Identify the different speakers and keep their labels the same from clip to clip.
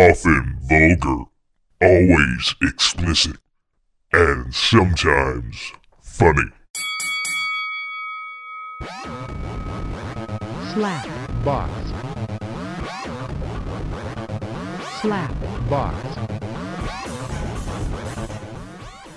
Speaker 1: often vulgar, always explicit, and sometimes funny.
Speaker 2: Slap
Speaker 3: box,
Speaker 2: slap.
Speaker 3: box.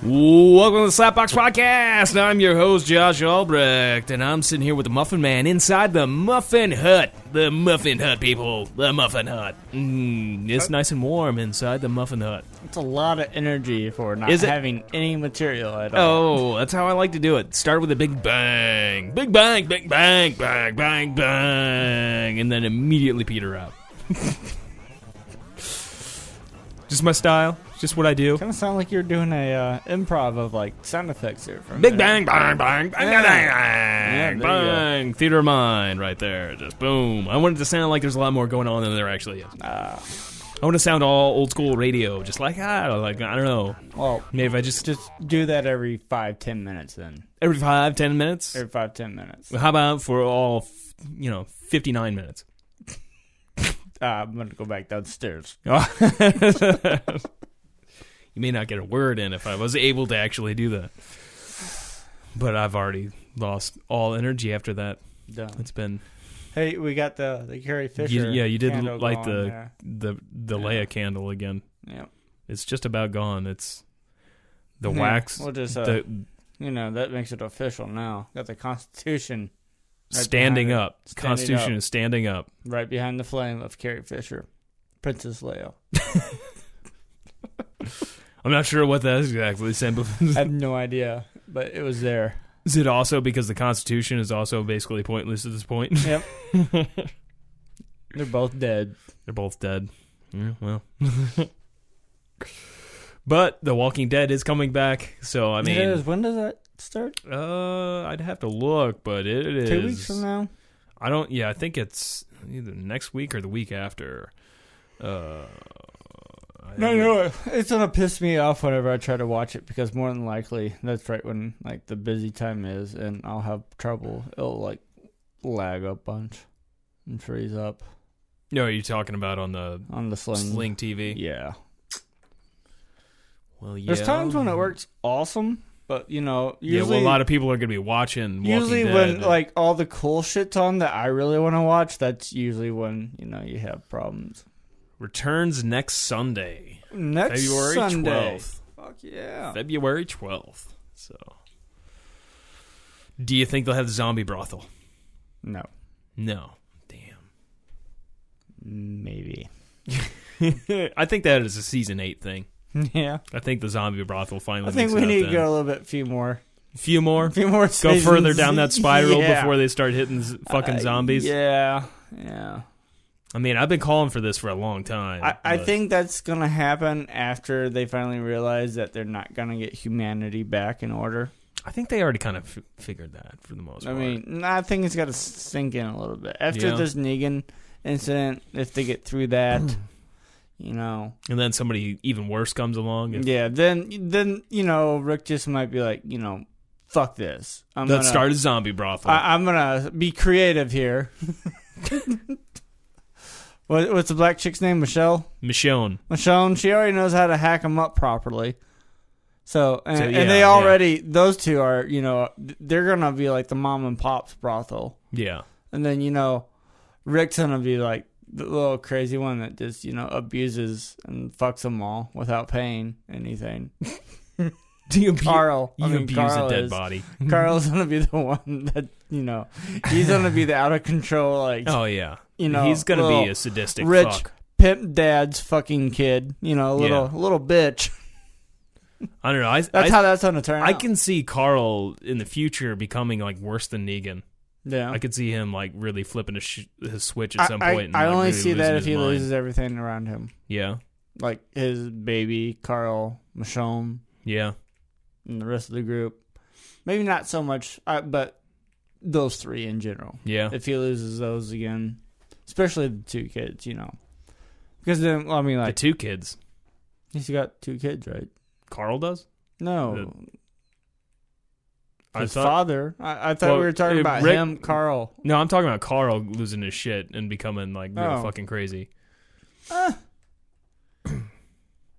Speaker 4: Welcome to the Slapbox Podcast. I'm your host, Josh Albrecht, and I'm sitting here with the Muffin Man inside the Muffin Hut. The Muffin Hut, people. The Muffin Hut. Mm, it's nice and warm inside the Muffin Hut.
Speaker 5: It's a lot of energy for not
Speaker 4: Is it-
Speaker 5: having any material at all.
Speaker 4: Oh, that's how I like to do it. Start with a big bang. Big bang, big bang, bang, bang, bang. And then immediately peter out. Just my style. Just what I do.
Speaker 5: Kind of sound like you're doing a uh, improv of like sound effects here. From
Speaker 4: Big
Speaker 5: there.
Speaker 4: bang, bang, bang, bang, bang,
Speaker 5: Yeah, there
Speaker 4: bang,
Speaker 5: you
Speaker 4: bang. Theater of mind right there. Just boom. I want it to sound like there's a lot more going on than there actually is.
Speaker 5: Ah.
Speaker 4: I want to sound all old school radio, just like I don't like I don't know.
Speaker 5: Well,
Speaker 4: Maybe if I just
Speaker 5: just do that every five ten minutes then.
Speaker 4: every five, ten minutes.
Speaker 5: Every five ten minutes. Uh,
Speaker 4: How about for all f- you know, fifty nine minutes?
Speaker 5: Uh, I'm gonna go back downstairs.
Speaker 4: you may not get a word in if I was able to actually do that. But I've already lost all energy after that.
Speaker 5: Done.
Speaker 4: It's been
Speaker 5: Hey, we got the the Carrie Fisher.
Speaker 4: You- yeah, you did
Speaker 5: candle
Speaker 4: light
Speaker 5: going
Speaker 4: the-
Speaker 5: there.
Speaker 4: the the
Speaker 5: Yeah.
Speaker 4: Leia candle again.
Speaker 5: Yep.
Speaker 4: It's just about gone. It's the
Speaker 5: Yeah,
Speaker 4: wax,
Speaker 5: We'll just uh,
Speaker 4: the
Speaker 5: you know that makes it official now. Got the Constitution right
Speaker 4: standing
Speaker 5: behind
Speaker 4: up.
Speaker 5: Standing
Speaker 4: Constitution
Speaker 5: up.
Speaker 4: is standing up.
Speaker 5: it, right behind the flame of Carrie Fisher, Princess Leia.
Speaker 4: I'm not sure what that is exactly. Sam, but
Speaker 5: I have no idea, but it was there.
Speaker 4: is it also because the Constitution is also basically pointless at this point?
Speaker 5: Yep. They're both dead.
Speaker 4: They're both dead. Yeah, well. but The Walking Dead is coming back, so I mean,
Speaker 5: it is. When does that start?
Speaker 4: uh, I'd have to look, but it is
Speaker 5: Two weeks from now.
Speaker 4: I don't. Yeah, I think it's either next week or the week after. Uh, I-
Speaker 5: No, no, it's gonna piss me off whenever I try to watch it because more than likely that's right when like the busy time is, and I'll have trouble. It'll like lag a bunch and freeze up
Speaker 4: No, you're talking about on the
Speaker 5: on the sling.
Speaker 4: Sling TV.
Speaker 5: Yeah.
Speaker 4: Well, yeah.
Speaker 5: There's times when it works awesome, but you know, usually
Speaker 4: yeah, well, a lot of people are going to be watching. Walking
Speaker 5: usually
Speaker 4: Dead.
Speaker 5: when like all the cool shit's on that I really want to watch, that's usually when you know you have problems.
Speaker 4: returns next Sunday,
Speaker 5: Next
Speaker 4: February
Speaker 5: Sunday. Oh.
Speaker 4: 12th.
Speaker 5: Fuck yeah.
Speaker 4: February 12th. So, do you think they'll have the zombie brothel?
Speaker 5: No,
Speaker 4: No. Damn.
Speaker 5: maybe.
Speaker 4: I think that is a season eight thing.
Speaker 5: yeah,
Speaker 4: I think the zombie brothel finally.
Speaker 5: I think
Speaker 4: makes
Speaker 5: we
Speaker 4: it out
Speaker 5: need to
Speaker 4: then.
Speaker 5: go a little bit few more,
Speaker 4: a few more.
Speaker 5: few more.
Speaker 4: go
Speaker 5: seasons.
Speaker 4: further down that spiral
Speaker 5: Yeah.
Speaker 4: before they start hitting z- fucking
Speaker 5: Uh,
Speaker 4: zombies.
Speaker 5: yeah, yeah.
Speaker 4: I mean, I've been calling for this for a long time.
Speaker 5: I, I
Speaker 4: but-
Speaker 5: think that's gonna happen after they finally realize that they're not gonna get humanity back in order.
Speaker 4: I think they already kind of f- figured that for the most
Speaker 5: I
Speaker 4: part.
Speaker 5: mean, I think it's got to sink in a little bit after
Speaker 4: Yeah.
Speaker 5: this Negan incident. If they get through that, you know,
Speaker 4: and then somebody even worse comes along and
Speaker 5: yeah, then then you know, Rick just might be like, you know, fuck this. I'm
Speaker 4: that
Speaker 5: gonna,
Speaker 4: started zombie brothel.
Speaker 5: I, I'm gonna be creative here. what, what's the black chick's name? Michelle.
Speaker 4: Michonne.
Speaker 5: Michonne. She already knows how to hack them up properly. So and,
Speaker 4: So, yeah,
Speaker 5: and they
Speaker 4: yeah.
Speaker 5: already those two are you know they're gonna be like the mom and pops brothel.
Speaker 4: Yeah.
Speaker 5: And then, you know, Rick's gonna be like the little crazy one that just, you know, abuses and fucks them all without paying anything.
Speaker 4: Do you, abu-
Speaker 5: Carl.
Speaker 4: you
Speaker 5: I mean,
Speaker 4: abuse
Speaker 5: Carl
Speaker 4: a dead
Speaker 5: is-
Speaker 4: body?
Speaker 5: Carl's gonna be the one that, you know, he's gonna be the out of control, like,
Speaker 4: Oh yeah.
Speaker 5: you know,
Speaker 4: he's gonna be
Speaker 5: little
Speaker 4: a sadistic
Speaker 5: rich
Speaker 4: fuck.
Speaker 5: pimp dad's fucking kid, you know, little, little bitch.
Speaker 4: I don't know. I
Speaker 5: That's
Speaker 4: I,
Speaker 5: how that's gonna turn
Speaker 4: I
Speaker 5: out.
Speaker 4: can see Carl in the future becoming like worse than Negan.
Speaker 5: yeah.
Speaker 4: I could see him like really flipping his, sh- his switch
Speaker 5: I-
Speaker 4: at some
Speaker 5: I,
Speaker 4: point. and,
Speaker 5: I
Speaker 4: like,
Speaker 5: only
Speaker 4: really
Speaker 5: see
Speaker 4: losing
Speaker 5: that if
Speaker 4: his
Speaker 5: he
Speaker 4: mind.
Speaker 5: loses everything around him.
Speaker 4: Yeah.
Speaker 5: Like his baby, Carl, Michonne.
Speaker 4: Yeah.
Speaker 5: and the rest of the group. Maybe not so much, uh, but those three in general.
Speaker 4: Yeah.
Speaker 5: If he loses those again, especially the two kids, you know, because then I mean,
Speaker 4: the
Speaker 5: like
Speaker 4: two kids.
Speaker 5: he's got two kids, right?
Speaker 4: Carl does.
Speaker 5: No,
Speaker 4: I
Speaker 5: his
Speaker 4: thought.
Speaker 5: father. I, I thought
Speaker 4: Well,
Speaker 5: we were talking
Speaker 4: uh,
Speaker 5: about
Speaker 4: Rick-
Speaker 5: him, Carl.
Speaker 4: No, I'm talking about Carl losing his shit and becoming like real
Speaker 5: Oh.
Speaker 4: fucking crazy.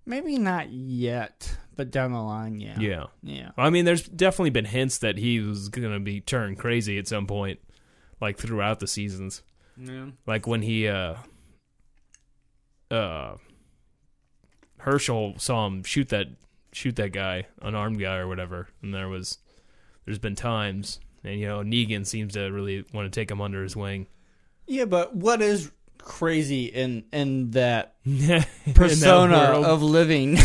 Speaker 5: Maybe not yet, but down the line, yeah.
Speaker 4: Yeah.
Speaker 5: Yeah.
Speaker 4: I mean, there's definitely been hints that he was gonna be turned crazy at some point, like throughout the seasons.
Speaker 5: Yeah.
Speaker 4: like when he uh uh Herschel saw him shoot that shoot that guy, unarmed guy or whatever, and there was there's been times and you know, Negan seems to really want to take him under his wing.
Speaker 5: Yeah, but what is crazy in in that
Speaker 4: In that
Speaker 5: persona
Speaker 4: world,
Speaker 5: of living?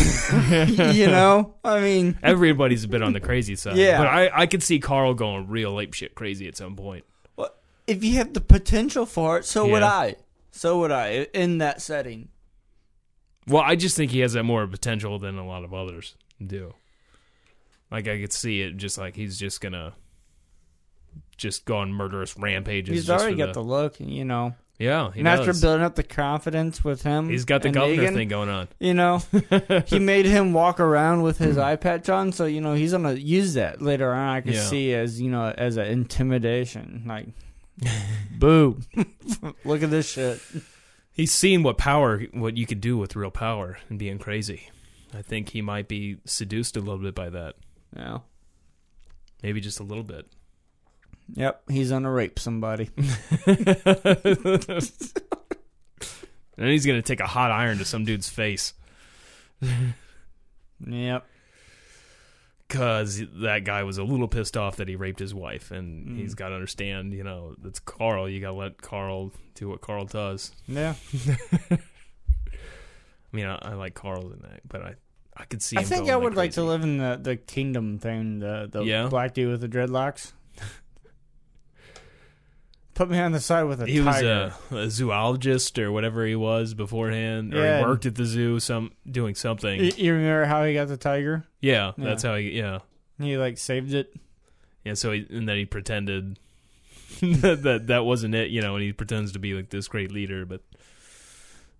Speaker 5: you know? I mean,
Speaker 4: everybody's a bit on the crazy side.
Speaker 5: Yeah.
Speaker 4: But I, I could see Carl going real ape shit crazy at some point.
Speaker 5: well, if you have the potential for it, so would
Speaker 4: Yeah.
Speaker 5: I. So would I in that setting.
Speaker 4: Well, I just think he has that more potential than a lot of others do. Like I could see it, just like he's just gonna just go on murderous rampages.
Speaker 5: He's
Speaker 4: just
Speaker 5: already
Speaker 4: for
Speaker 5: got the, look, you know.
Speaker 4: yeah. He
Speaker 5: and after
Speaker 4: does.
Speaker 5: building up the confidence with him,
Speaker 4: he's got the
Speaker 5: and
Speaker 4: governor
Speaker 5: Negan,
Speaker 4: thing going on.
Speaker 5: You know, he made him walk around with
Speaker 4: Hmm.
Speaker 5: his eye patch on, so you know he's gonna use that later on. I can
Speaker 4: Yeah.
Speaker 5: see as you know as an intimidation, like, boo, look at this shit.
Speaker 4: He's seen what power, what you could do with real power and being crazy. I think he might be seduced a little bit by that.
Speaker 5: Yeah.
Speaker 4: Maybe just a little bit.
Speaker 5: Yep, he's gonna rape somebody.
Speaker 4: and then he's gonna take a hot iron to some dude's face
Speaker 5: yep.
Speaker 4: because that guy was a little pissed off that he raped his wife, and
Speaker 5: Mm.
Speaker 4: he's got to understand, you know, it's Carl. You got to let Carl do what Carl does.
Speaker 5: Yeah.
Speaker 4: I mean, I, I like Carl in that, but I, I could see.
Speaker 5: I
Speaker 4: him
Speaker 5: think
Speaker 4: going
Speaker 5: I would like to
Speaker 4: crazy.
Speaker 5: live in the, the kingdom thing, the the
Speaker 4: Yeah?
Speaker 5: black dude with the dreadlocks. Put me on the side with a
Speaker 4: he was uh,
Speaker 5: tiger.
Speaker 4: a, a zoologist or whatever he was beforehand, or
Speaker 5: Yeah.
Speaker 4: he worked at the zoo, some doing something.
Speaker 5: Y- you remember how he got the tiger?
Speaker 4: yeah,
Speaker 5: Yeah.
Speaker 4: that's how he. Yeah,
Speaker 5: He like saved it.
Speaker 4: yeah. So he, and then he pretended that, that that wasn't it, you know, and he pretends to be like this great leader, but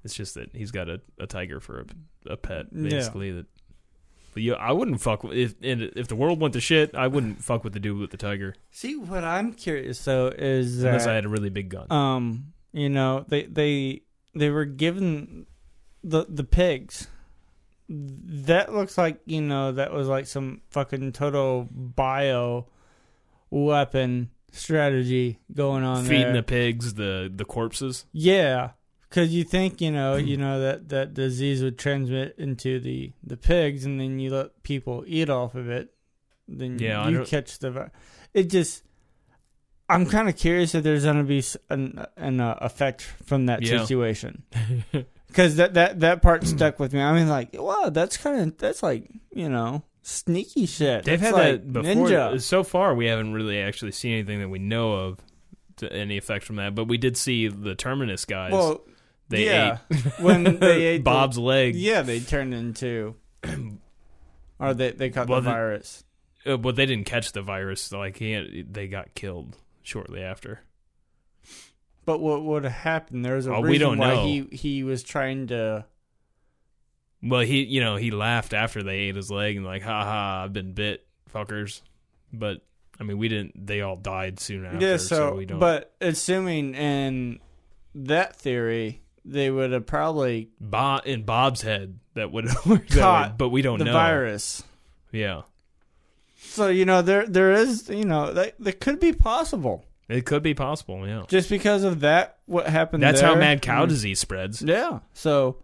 Speaker 4: it's just that he's got a, a tiger for a, a pet,
Speaker 5: Yeah.
Speaker 4: basically. That, but yeah, I wouldn't fuck with if and if the world went to shit, I wouldn't fuck with the dude with the tiger
Speaker 5: See what I'm curious though is uh,
Speaker 4: unless
Speaker 5: that
Speaker 4: I had a really big gun.
Speaker 5: um you know they they they were given the the pigs. That looks like you know that was like some fucking Toto bio weapon strategy going on
Speaker 4: Feeding
Speaker 5: there.
Speaker 4: the pigs the the corpses.
Speaker 5: Yeah, because you think you know,
Speaker 4: Mm.
Speaker 5: you know that that disease would transmit into the the pigs, and then you let people eat off of it. Then
Speaker 4: Yeah, I
Speaker 5: you
Speaker 4: don't-
Speaker 5: catch the. vi- It just, I'm kind of curious if there's gonna be s- an an uh, effect from that
Speaker 4: Yeah.
Speaker 5: situation. Because that that that part stuck with me. I mean, like, wow, that's kind of that's like you know sneaky shit.
Speaker 4: They've
Speaker 5: That's
Speaker 4: had that
Speaker 5: like
Speaker 4: before.
Speaker 5: Ninja.
Speaker 4: So far, we haven't really actually seen anything that we know of to any effect from that. But we did see the Terminus guys.
Speaker 5: Well,
Speaker 4: they
Speaker 5: yeah, when they ate
Speaker 4: ate
Speaker 5: the-
Speaker 4: Bob's leg.
Speaker 5: Yeah, they turned into, or they they caught
Speaker 4: Well,
Speaker 5: the
Speaker 4: the-
Speaker 5: virus.
Speaker 4: Uh, but they didn't catch the virus. Like he, they got killed shortly after.
Speaker 5: But what would have happened? There was a
Speaker 4: Oh,
Speaker 5: reason
Speaker 4: we don't
Speaker 5: why
Speaker 4: know.
Speaker 5: he he was trying to.
Speaker 4: Well, he, you know, he laughed after they ate his leg and like, ha ha, I've been bit, fuckers. But I mean, we didn't. They all died soon after.
Speaker 5: yeah, so,
Speaker 4: we don't.
Speaker 5: but assuming in that theory, they would have probably
Speaker 4: Bob in Bob's head that would have worked that way,
Speaker 5: Caught
Speaker 4: but we don't
Speaker 5: the
Speaker 4: know.
Speaker 5: virus.
Speaker 4: Yeah,
Speaker 5: So you know there there is you know that that could be possible
Speaker 4: it could be possible. Yeah.
Speaker 5: just because of that what happened.
Speaker 4: That's how
Speaker 5: there.
Speaker 4: mad cow disease spreads.
Speaker 5: Yeah, so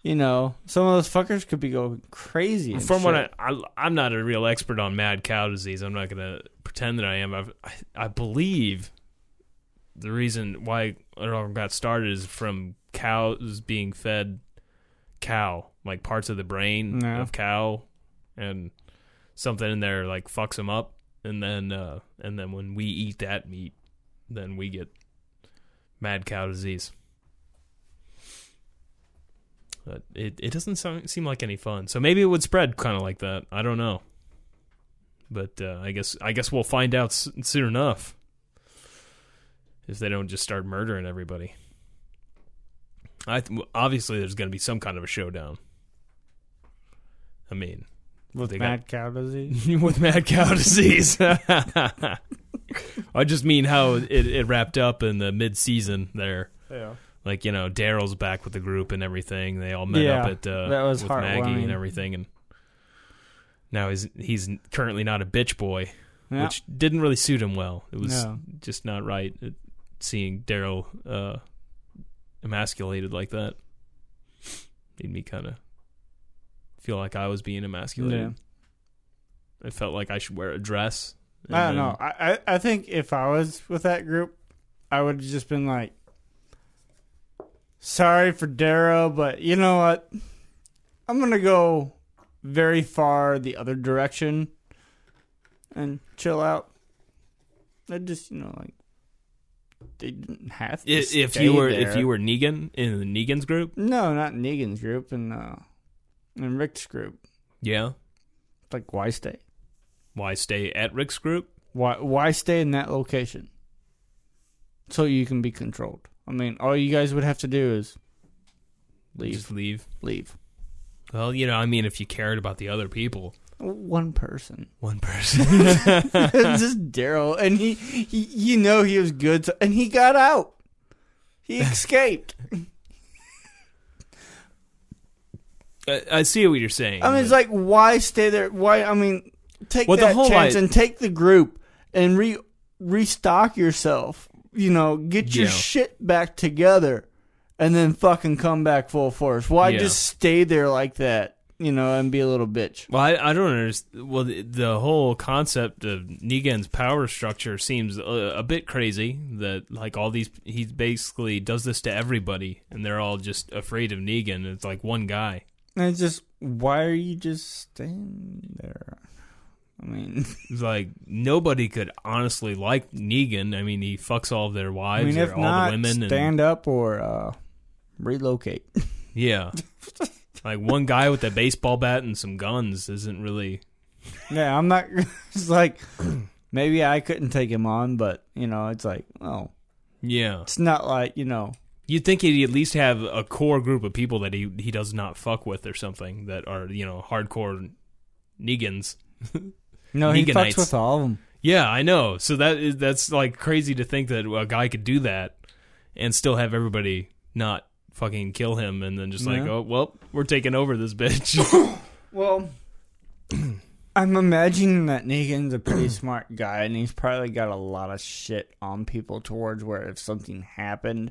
Speaker 5: you know some of those fuckers could be going crazy. and
Speaker 4: From what
Speaker 5: shit.
Speaker 4: I, I, I'm not a real expert on mad cow disease. I'm not going to pretend that I am. I've, I, I believe the reason why it all got started is from cows being fed cow, like parts of the brain
Speaker 5: Yeah.
Speaker 4: of cow, and something in there like fucks them up, and then uh, and then when we eat that meat, then we get mad cow disease. But it it doesn't sound, seem like any fun. So maybe it would spread kind of like that. I don't know. But uh, I guess I guess we'll find out s- soon enough if they don't just start murdering everybody. I th- obviously there's going to be some kind of a showdown. I mean,
Speaker 5: with
Speaker 4: they got-
Speaker 5: mad cow disease.
Speaker 4: with mad cow disease. I just mean how it, it wrapped up in the mid season there.
Speaker 5: yeah.
Speaker 4: Like you know, Daryl's back with the group and everything. They all met
Speaker 5: Yeah,
Speaker 4: up at uh,
Speaker 5: that was
Speaker 4: with Maggie
Speaker 5: heartwarming.
Speaker 4: and everything, and now he's he's currently not a bitch boy,
Speaker 5: Yeah.
Speaker 4: which didn't really suit him well. It was
Speaker 5: No.
Speaker 4: just not right uh, seeing Daryl uh, emasculated like that. Made me kind of feel like I was being emasculated. I felt like I should wear a dress. and
Speaker 5: I don't
Speaker 4: then-
Speaker 5: know. I, I, I think if I was with that group, I would have just been like, sorry for Darrow, but you know what? I'm going to go very far the other direction and chill out. I just, you know, like, they didn't have to.
Speaker 4: if, if you were if you were Negan in the Negan's group,
Speaker 5: No, not Negan's group and, uh, and Rick's group.
Speaker 4: yeah,
Speaker 5: Like, why stay?
Speaker 4: why stay at Rick's group?
Speaker 5: Why why stay in that location? So you can be controlled. I mean, all you guys would have to do is leave,
Speaker 4: Just leave.
Speaker 5: leave.
Speaker 4: Well, you know, I mean, if you cared about the other people,
Speaker 5: One person.
Speaker 4: one person.
Speaker 5: It's just Daryl and he, he you know he was good to, and he got out. He escaped.
Speaker 4: I, I see what you're saying.
Speaker 5: I mean, it's like why stay there? Why I mean, take
Speaker 4: Well, the
Speaker 5: that
Speaker 4: whole
Speaker 5: chance
Speaker 4: i-
Speaker 5: and take the group and re restock yourself. You know, get your
Speaker 4: Yeah.
Speaker 5: shit back together, and then fucking come back full force. Why
Speaker 4: Yeah.
Speaker 5: just stay there like that? You know, and be a little bitch.
Speaker 4: well, I, I don't understand. Well, the, the whole concept of Negan's power structure seems a, a bit crazy. That like all these, he basically does this to everybody, and they're all just afraid of Negan. It's like one guy.
Speaker 5: And it's just why are you just staying there? I mean,
Speaker 4: It's like nobody could honestly like Negan. I mean, he fucks all of their
Speaker 5: I
Speaker 4: wives
Speaker 5: mean,
Speaker 4: or
Speaker 5: if
Speaker 4: all
Speaker 5: not,
Speaker 4: the women. and-
Speaker 5: stand up or uh, relocate.
Speaker 4: Yeah. like one guy with a baseball bat and some guns isn't really
Speaker 5: Yeah, I'm not. It's like maybe I couldn't take him on, but you know, it's like, oh,
Speaker 4: Yeah.
Speaker 5: it's not like you know.
Speaker 4: You'd think he'd at least have a core group of people that he he does not fuck with or something that are, you know, hardcore Negans.
Speaker 5: No, he
Speaker 4: Neganites.
Speaker 5: fucks with all of them.
Speaker 4: Yeah, I know. So that is that's like crazy to think that a guy could do that and still have everybody not fucking kill him and then just like,
Speaker 5: Yeah.
Speaker 4: "Oh, well, we're taking over this bitch."
Speaker 5: Well, I'm imagining that Negan's a pretty smart guy, and he's probably got a lot of shit on people towards where if something happened,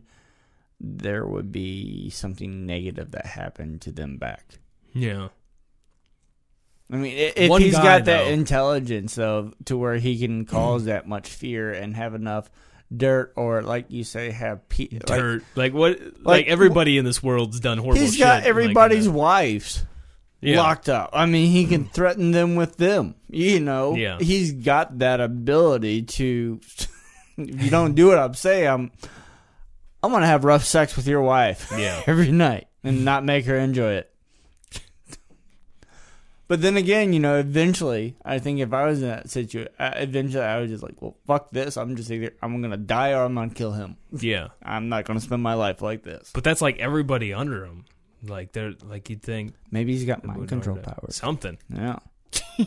Speaker 5: there would be something negative that happened to them back.
Speaker 4: yeah.
Speaker 5: I mean, i- if
Speaker 4: One
Speaker 5: he's
Speaker 4: guy,
Speaker 5: got that
Speaker 4: though. Mm.
Speaker 5: intelligence of to where he can cause that much fear and have enough dirt, or like you say, have pe- like,
Speaker 4: Dirt. Like, what like, everybody in this world's done horrible
Speaker 5: He's
Speaker 4: shit,
Speaker 5: got
Speaker 4: like, in
Speaker 5: everybody's
Speaker 4: the-
Speaker 5: wives
Speaker 4: Yeah. Mm.
Speaker 5: locked up. I mean, he can threaten them with them. You know,
Speaker 4: Yeah.
Speaker 5: he's got that ability to. if you don't do what I'm saying, I'm, I'm gonna have rough sex with your wife
Speaker 4: Yeah.
Speaker 5: every night and not make her enjoy it. But then again, you know, eventually, I think if I was in that situation, eventually I was just like, well, fuck this. I'm just either I'm gonna die or I'm gonna kill him.
Speaker 4: Yeah.
Speaker 5: I'm not gonna spend my life like this.
Speaker 4: But that's like everybody under him. Like they're like you'd think
Speaker 5: Maybe he's got mind
Speaker 4: Would
Speaker 5: control
Speaker 4: or that-
Speaker 5: powers.
Speaker 4: Something.
Speaker 5: Yeah.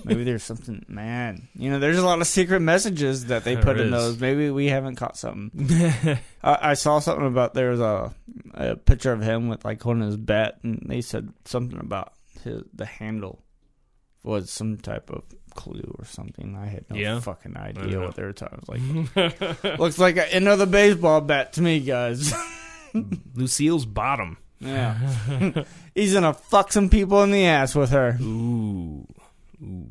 Speaker 5: Maybe there's something, man. You know, there's a lot of secret messages that they
Speaker 4: There
Speaker 5: put in
Speaker 4: is.
Speaker 5: those. Maybe we haven't caught something. I, I saw something about there was a, a picture of him with like holding his bat, and they said something about his, the handle was some type of clue or something. I had no
Speaker 4: Yeah.
Speaker 5: fucking
Speaker 4: don't
Speaker 5: idea
Speaker 4: know.
Speaker 5: what they were talking. I was like, looks like another baseball bat to me, guys.
Speaker 4: Mm-hmm. Lucille's bottom.
Speaker 5: yeah, he's gonna fuck some people in the ass with her.
Speaker 4: Ooh. Ooh.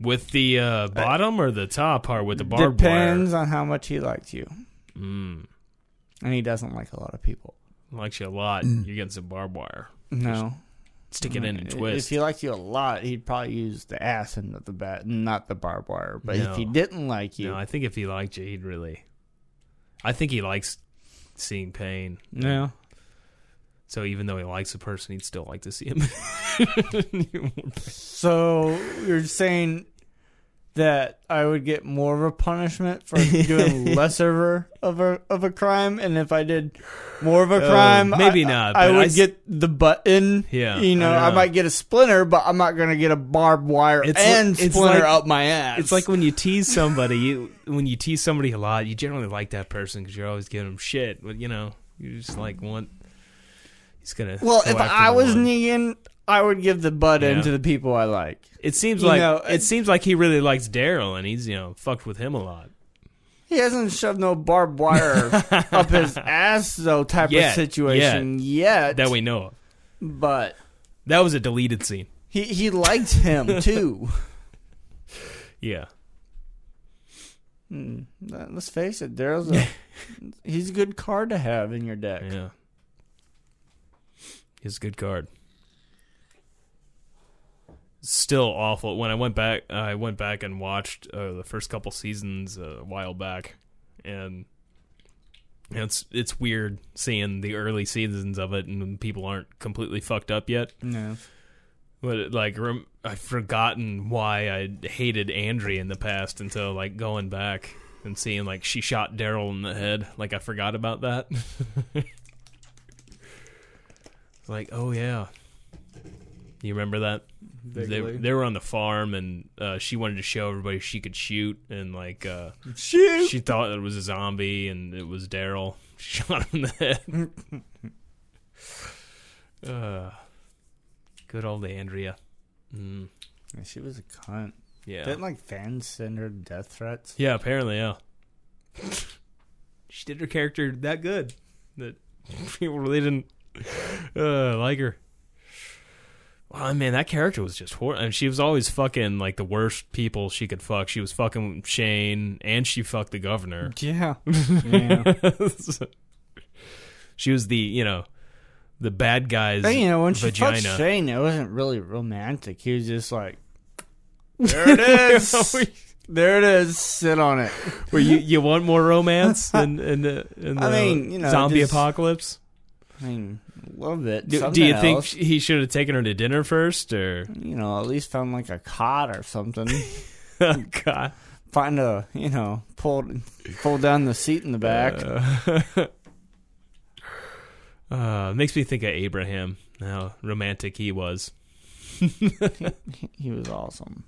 Speaker 4: With the uh, bottom or the top part with the barbed
Speaker 5: Depends on how much he liked you.
Speaker 4: wire? Mm.
Speaker 5: And he doesn't like a lot of people.
Speaker 4: Likes you a lot. You're getting some barbed wire.
Speaker 5: No.
Speaker 4: Stick it in and
Speaker 5: If
Speaker 4: twist.
Speaker 5: he liked you a lot, he'd probably use the ass and not the bat, not the barbed wire. But
Speaker 4: No.
Speaker 5: if he didn't like you,
Speaker 4: No, I think if he liked you, he'd really. I think he likes seeing pain.
Speaker 5: no.
Speaker 4: So even though he likes the person, he'd still like to see him.
Speaker 5: So you're saying that I would get more of a punishment for doing lesser of a of a crime, and if I did more of a
Speaker 4: Uh,
Speaker 5: crime,
Speaker 4: maybe
Speaker 5: I-
Speaker 4: not,
Speaker 5: I,
Speaker 4: but
Speaker 5: would
Speaker 4: I s-
Speaker 5: get the button.
Speaker 4: Yeah,
Speaker 5: you know,
Speaker 4: I don't
Speaker 5: I,
Speaker 4: know.
Speaker 5: might get a splinter, but I'm not gonna get a barbed wire
Speaker 4: It's li-
Speaker 5: and
Speaker 4: it's
Speaker 5: splinter
Speaker 4: like-
Speaker 5: up my ass.
Speaker 4: It's like when you tease somebody. You when you tease somebody a lot, you generally like that person because you're always giving them shit. But you know, You just like want. He's gonna.
Speaker 5: Well,
Speaker 4: go
Speaker 5: if
Speaker 4: after
Speaker 5: I
Speaker 4: the
Speaker 5: was
Speaker 4: one.
Speaker 5: Negan, I would give the butt
Speaker 4: Yeah.
Speaker 5: end to the people I like.
Speaker 4: it seems
Speaker 5: you
Speaker 4: like
Speaker 5: know,
Speaker 4: it seems like he really likes Daryl, and he's you know fucked with him a lot.
Speaker 5: He hasn't shoved no barbed wire up his ass though type
Speaker 4: Yet,
Speaker 5: of situation yet.
Speaker 4: That we know of.
Speaker 5: but
Speaker 4: That was a deleted scene.
Speaker 5: he he liked him too.
Speaker 4: Yeah.
Speaker 5: Hmm. Let's face it, Daryl's a he's a good card to have in your deck.
Speaker 4: Yeah. It's a good card. Still awful. When I went back, I went back and watched uh, the first couple seasons uh, a while back, and it's it's weird seeing the early seasons of it and people aren't completely fucked up yet.
Speaker 5: No.
Speaker 4: But like, rem- I've forgotten why I hated Andrea in the past until like going back and seeing like she shot Daryl in the head. Like I forgot about that. It's like, oh yeah, you remember that? They, they were on the farm and uh, she wanted to show everybody she could shoot and like uh,
Speaker 5: Shoot.
Speaker 4: she thought it was a zombie and it was Daryl. She shot him in the head. uh, good old Andrea. Mm,
Speaker 5: She was a cunt.
Speaker 4: yeah.
Speaker 5: Didn't like fans send her death threats?
Speaker 4: yeah, apparently, yeah. she did her character that good that people really didn't uh, like her. Oh man, that character was just horrible. And she was always fucking like the worst people she could fuck. She was fucking Shane, and she fucked the governor.
Speaker 5: Yeah. yeah.
Speaker 4: she was the you know the bad guys
Speaker 5: And, you know, when she
Speaker 4: vagina.
Speaker 5: fucked Shane, it wasn't really romantic. He was just like,
Speaker 4: there it is.
Speaker 5: there it is, sit on it.
Speaker 4: Where you, you want more romance in, in the, in the
Speaker 5: I mean, you know,
Speaker 4: zombie
Speaker 5: just-
Speaker 4: apocalypse?
Speaker 5: I mean, love it.
Speaker 4: Do, do
Speaker 5: Something
Speaker 4: you think
Speaker 5: else.
Speaker 4: sh- he should have taken her to dinner first, or
Speaker 5: you know, at least found like a cot or something. Mm.
Speaker 4: God?
Speaker 5: Find a, you know, pull pull down the seat in the back.
Speaker 4: Uh, uh, makes me think of Abraham. How romantic he was
Speaker 5: he was awesome.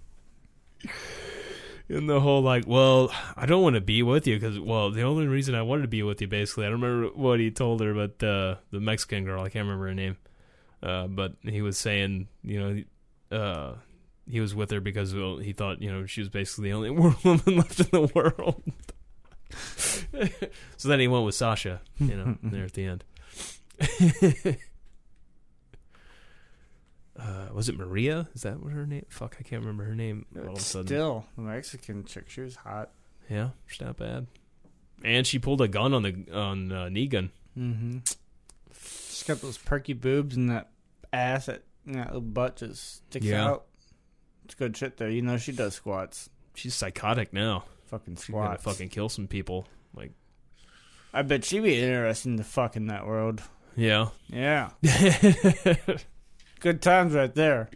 Speaker 4: in the whole like, well, I don't want to be with you because, well, the only reason I wanted to be with you, basically, I don't remember what he told her, but uh, the Mexican girl, I can't remember her name, uh, but he was saying, you know, uh, he was with her because well, he thought, you know, she was basically the only woman left in the world. so then he went with Sasha, you know, there at the end. Uh, was it Maria? Is that what her name? Fuck, I can't remember her name. All of a sudden.
Speaker 5: Still, the Mexican chick, she was hot.
Speaker 4: Yeah, she's not bad. And she pulled a gun on the on uh, Negan.
Speaker 5: Mm-hmm. She's got those perky boobs and that ass that, and that little butt just sticks
Speaker 4: Yeah.
Speaker 5: out. It's good shit there. You know, she does squats.
Speaker 4: She's psychotic now.
Speaker 5: Fucking
Speaker 4: She's gonna
Speaker 5: squats.
Speaker 4: fucking kill some people. Like,
Speaker 5: I bet she'd be interested in the fuck in that world.
Speaker 4: yeah,
Speaker 5: Yeah. Good times right there.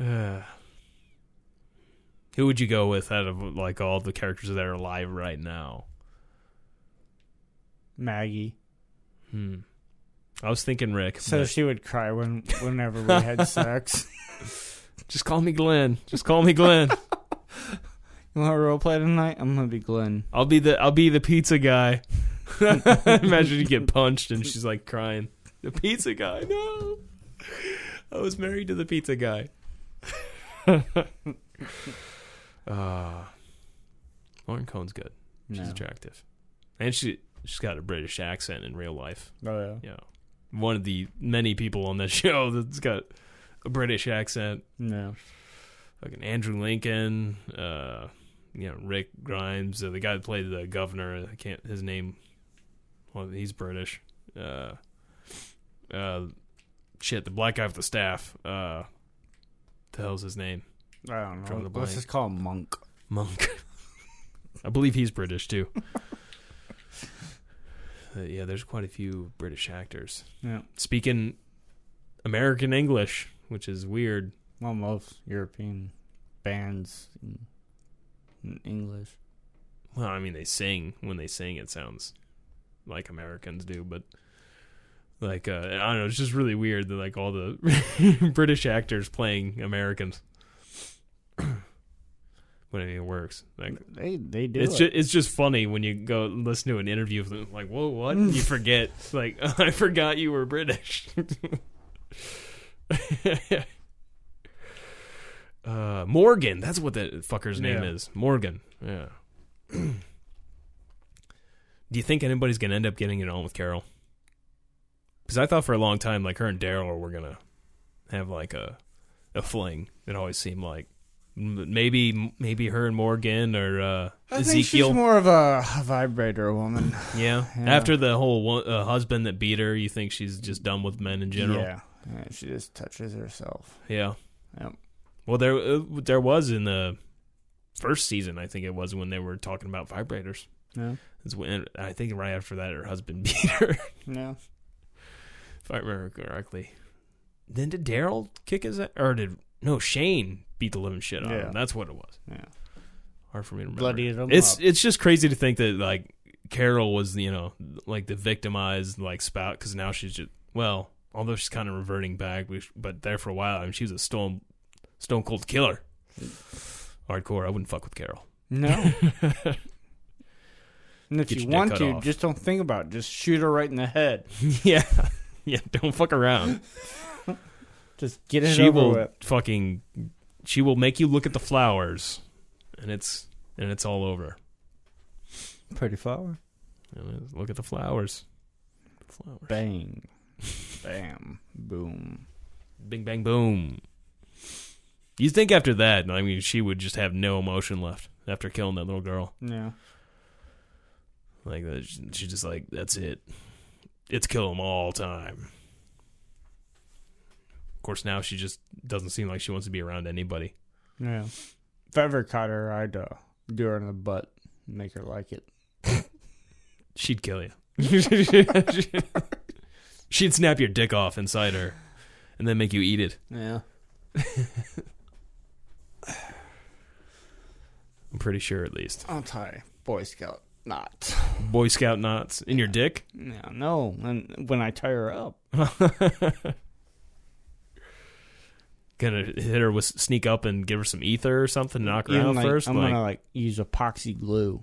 Speaker 4: Uh, who would you go with out of like all the characters that are alive right now?
Speaker 5: Maggie.
Speaker 4: Hmm. I was thinking Rick.
Speaker 5: So
Speaker 4: but-
Speaker 5: she would cry when whenever we had sex.
Speaker 4: just call me Glenn. Just call me Glenn.
Speaker 5: You want to role play tonight? I'm gonna be Glenn.
Speaker 4: I'll be the I'll be the pizza guy. Imagine you get punched and she's like crying. The pizza guy, no. I was married to the pizza guy. uh, Lauren Cohen's good. She's
Speaker 5: No.
Speaker 4: attractive, and she she's got a British accent in real life.
Speaker 5: Oh yeah.
Speaker 4: Yeah, one of the many people on that show that's got a British accent.
Speaker 5: No.
Speaker 4: Fucking Andrew Lincoln, uh, you know Rick Grimes, uh, the guy that played the governor. I can't his name. Well, he's British. Uh, uh, shit, the black guy with the staff. Uh, the hell's his name?
Speaker 5: I
Speaker 4: Draw
Speaker 5: don't
Speaker 4: the
Speaker 5: know. Let's
Speaker 4: blank.
Speaker 5: just call him Monk.
Speaker 4: Monk. I believe he's British too. Uh, yeah, there's quite a few British actors
Speaker 5: Yeah.
Speaker 4: speaking American English, which is weird.
Speaker 5: Well, most European bands in, in English.
Speaker 4: Well, I mean, they sing when they sing. It sounds like Americans do, but like uh, I don't know. It's just really weird that like all the British actors playing Americans. when it works. Like
Speaker 5: They they do
Speaker 4: it's
Speaker 5: it.
Speaker 4: just it's just funny when you go listen to an interview of them. Like, whoa, what? you forget. It's Like, I forgot you were British. uh, Morgan. That's what that fucker's name
Speaker 5: Yeah.
Speaker 4: is. Morgan. Yeah. Do you think anybody's gonna end up getting it on with Carol? Because I thought for a long time, like her and Daryl were gonna have like a a fling. It always seemed like M- maybe maybe her and Morgan or uh,
Speaker 5: I think
Speaker 4: Ezekiel.
Speaker 5: she's more of a vibrator woman.
Speaker 4: yeah.
Speaker 5: Yeah.
Speaker 4: After the whole wo- uh, husband that beat her, you think she's just done with men in general.
Speaker 5: Yeah. Yeah, she just touches herself.
Speaker 4: Yeah.
Speaker 5: Yep.
Speaker 4: Well, there uh, there was in the first season, I think it was when they were talking about vibrators.
Speaker 5: Yeah.
Speaker 4: It's when I think right after that, her husband beat her,
Speaker 5: Yeah.
Speaker 4: if I remember correctly. Then did Daryl kick his a- or did no Shane beat the living shit out of
Speaker 5: Yeah.
Speaker 4: him? That's what it was.
Speaker 5: Yeah.
Speaker 4: Hard for me to remember.
Speaker 5: Bloodied him
Speaker 4: it's
Speaker 5: up.
Speaker 4: it's just crazy to think that like Carol was you know like the victimized like spout because now she's just well although she's kind of reverting back we sh- but there for a while I mean she was a stone stone cold killer hardcore I wouldn't fuck with Carol
Speaker 5: No. and if
Speaker 4: Get
Speaker 5: you
Speaker 4: your dick
Speaker 5: want
Speaker 4: cut
Speaker 5: to,
Speaker 4: off.
Speaker 5: just don't think about it. Just shoot her right in the head.
Speaker 4: yeah yeah don't fuck around
Speaker 5: Just get it
Speaker 4: she
Speaker 5: over
Speaker 4: will
Speaker 5: with.
Speaker 4: fucking she will make you look at the flowers and it's and it's all over
Speaker 5: Pretty flower.
Speaker 4: And it's, look at the flowers flowers
Speaker 5: Bang. Bam. Boom.
Speaker 4: Bing bang boom. You think after that, I mean, she would just have no emotion left after killing that little girl.
Speaker 5: Yeah.
Speaker 4: Like uh, she- she's just like, that's it. It's kill 'em all time. Of course, now she just doesn't seem like she wants to be around anybody.
Speaker 5: Yeah. If I ever caught her, I'd uh, do her in the butt and make her like it.
Speaker 4: She'd kill you. She'd snap your dick off inside her, and then make you eat it.
Speaker 5: Yeah.
Speaker 4: I'm pretty sure, at least.
Speaker 5: I'll tie Boy Scout knot.
Speaker 4: Boy Scout knots in your dick.
Speaker 5: No, no. And when I tie her up.
Speaker 4: gonna hit her with sneak up and give her some ether or something, knock her
Speaker 5: even,
Speaker 4: out
Speaker 5: like,
Speaker 4: first.
Speaker 5: I'm
Speaker 4: like,
Speaker 5: gonna like use epoxy glue.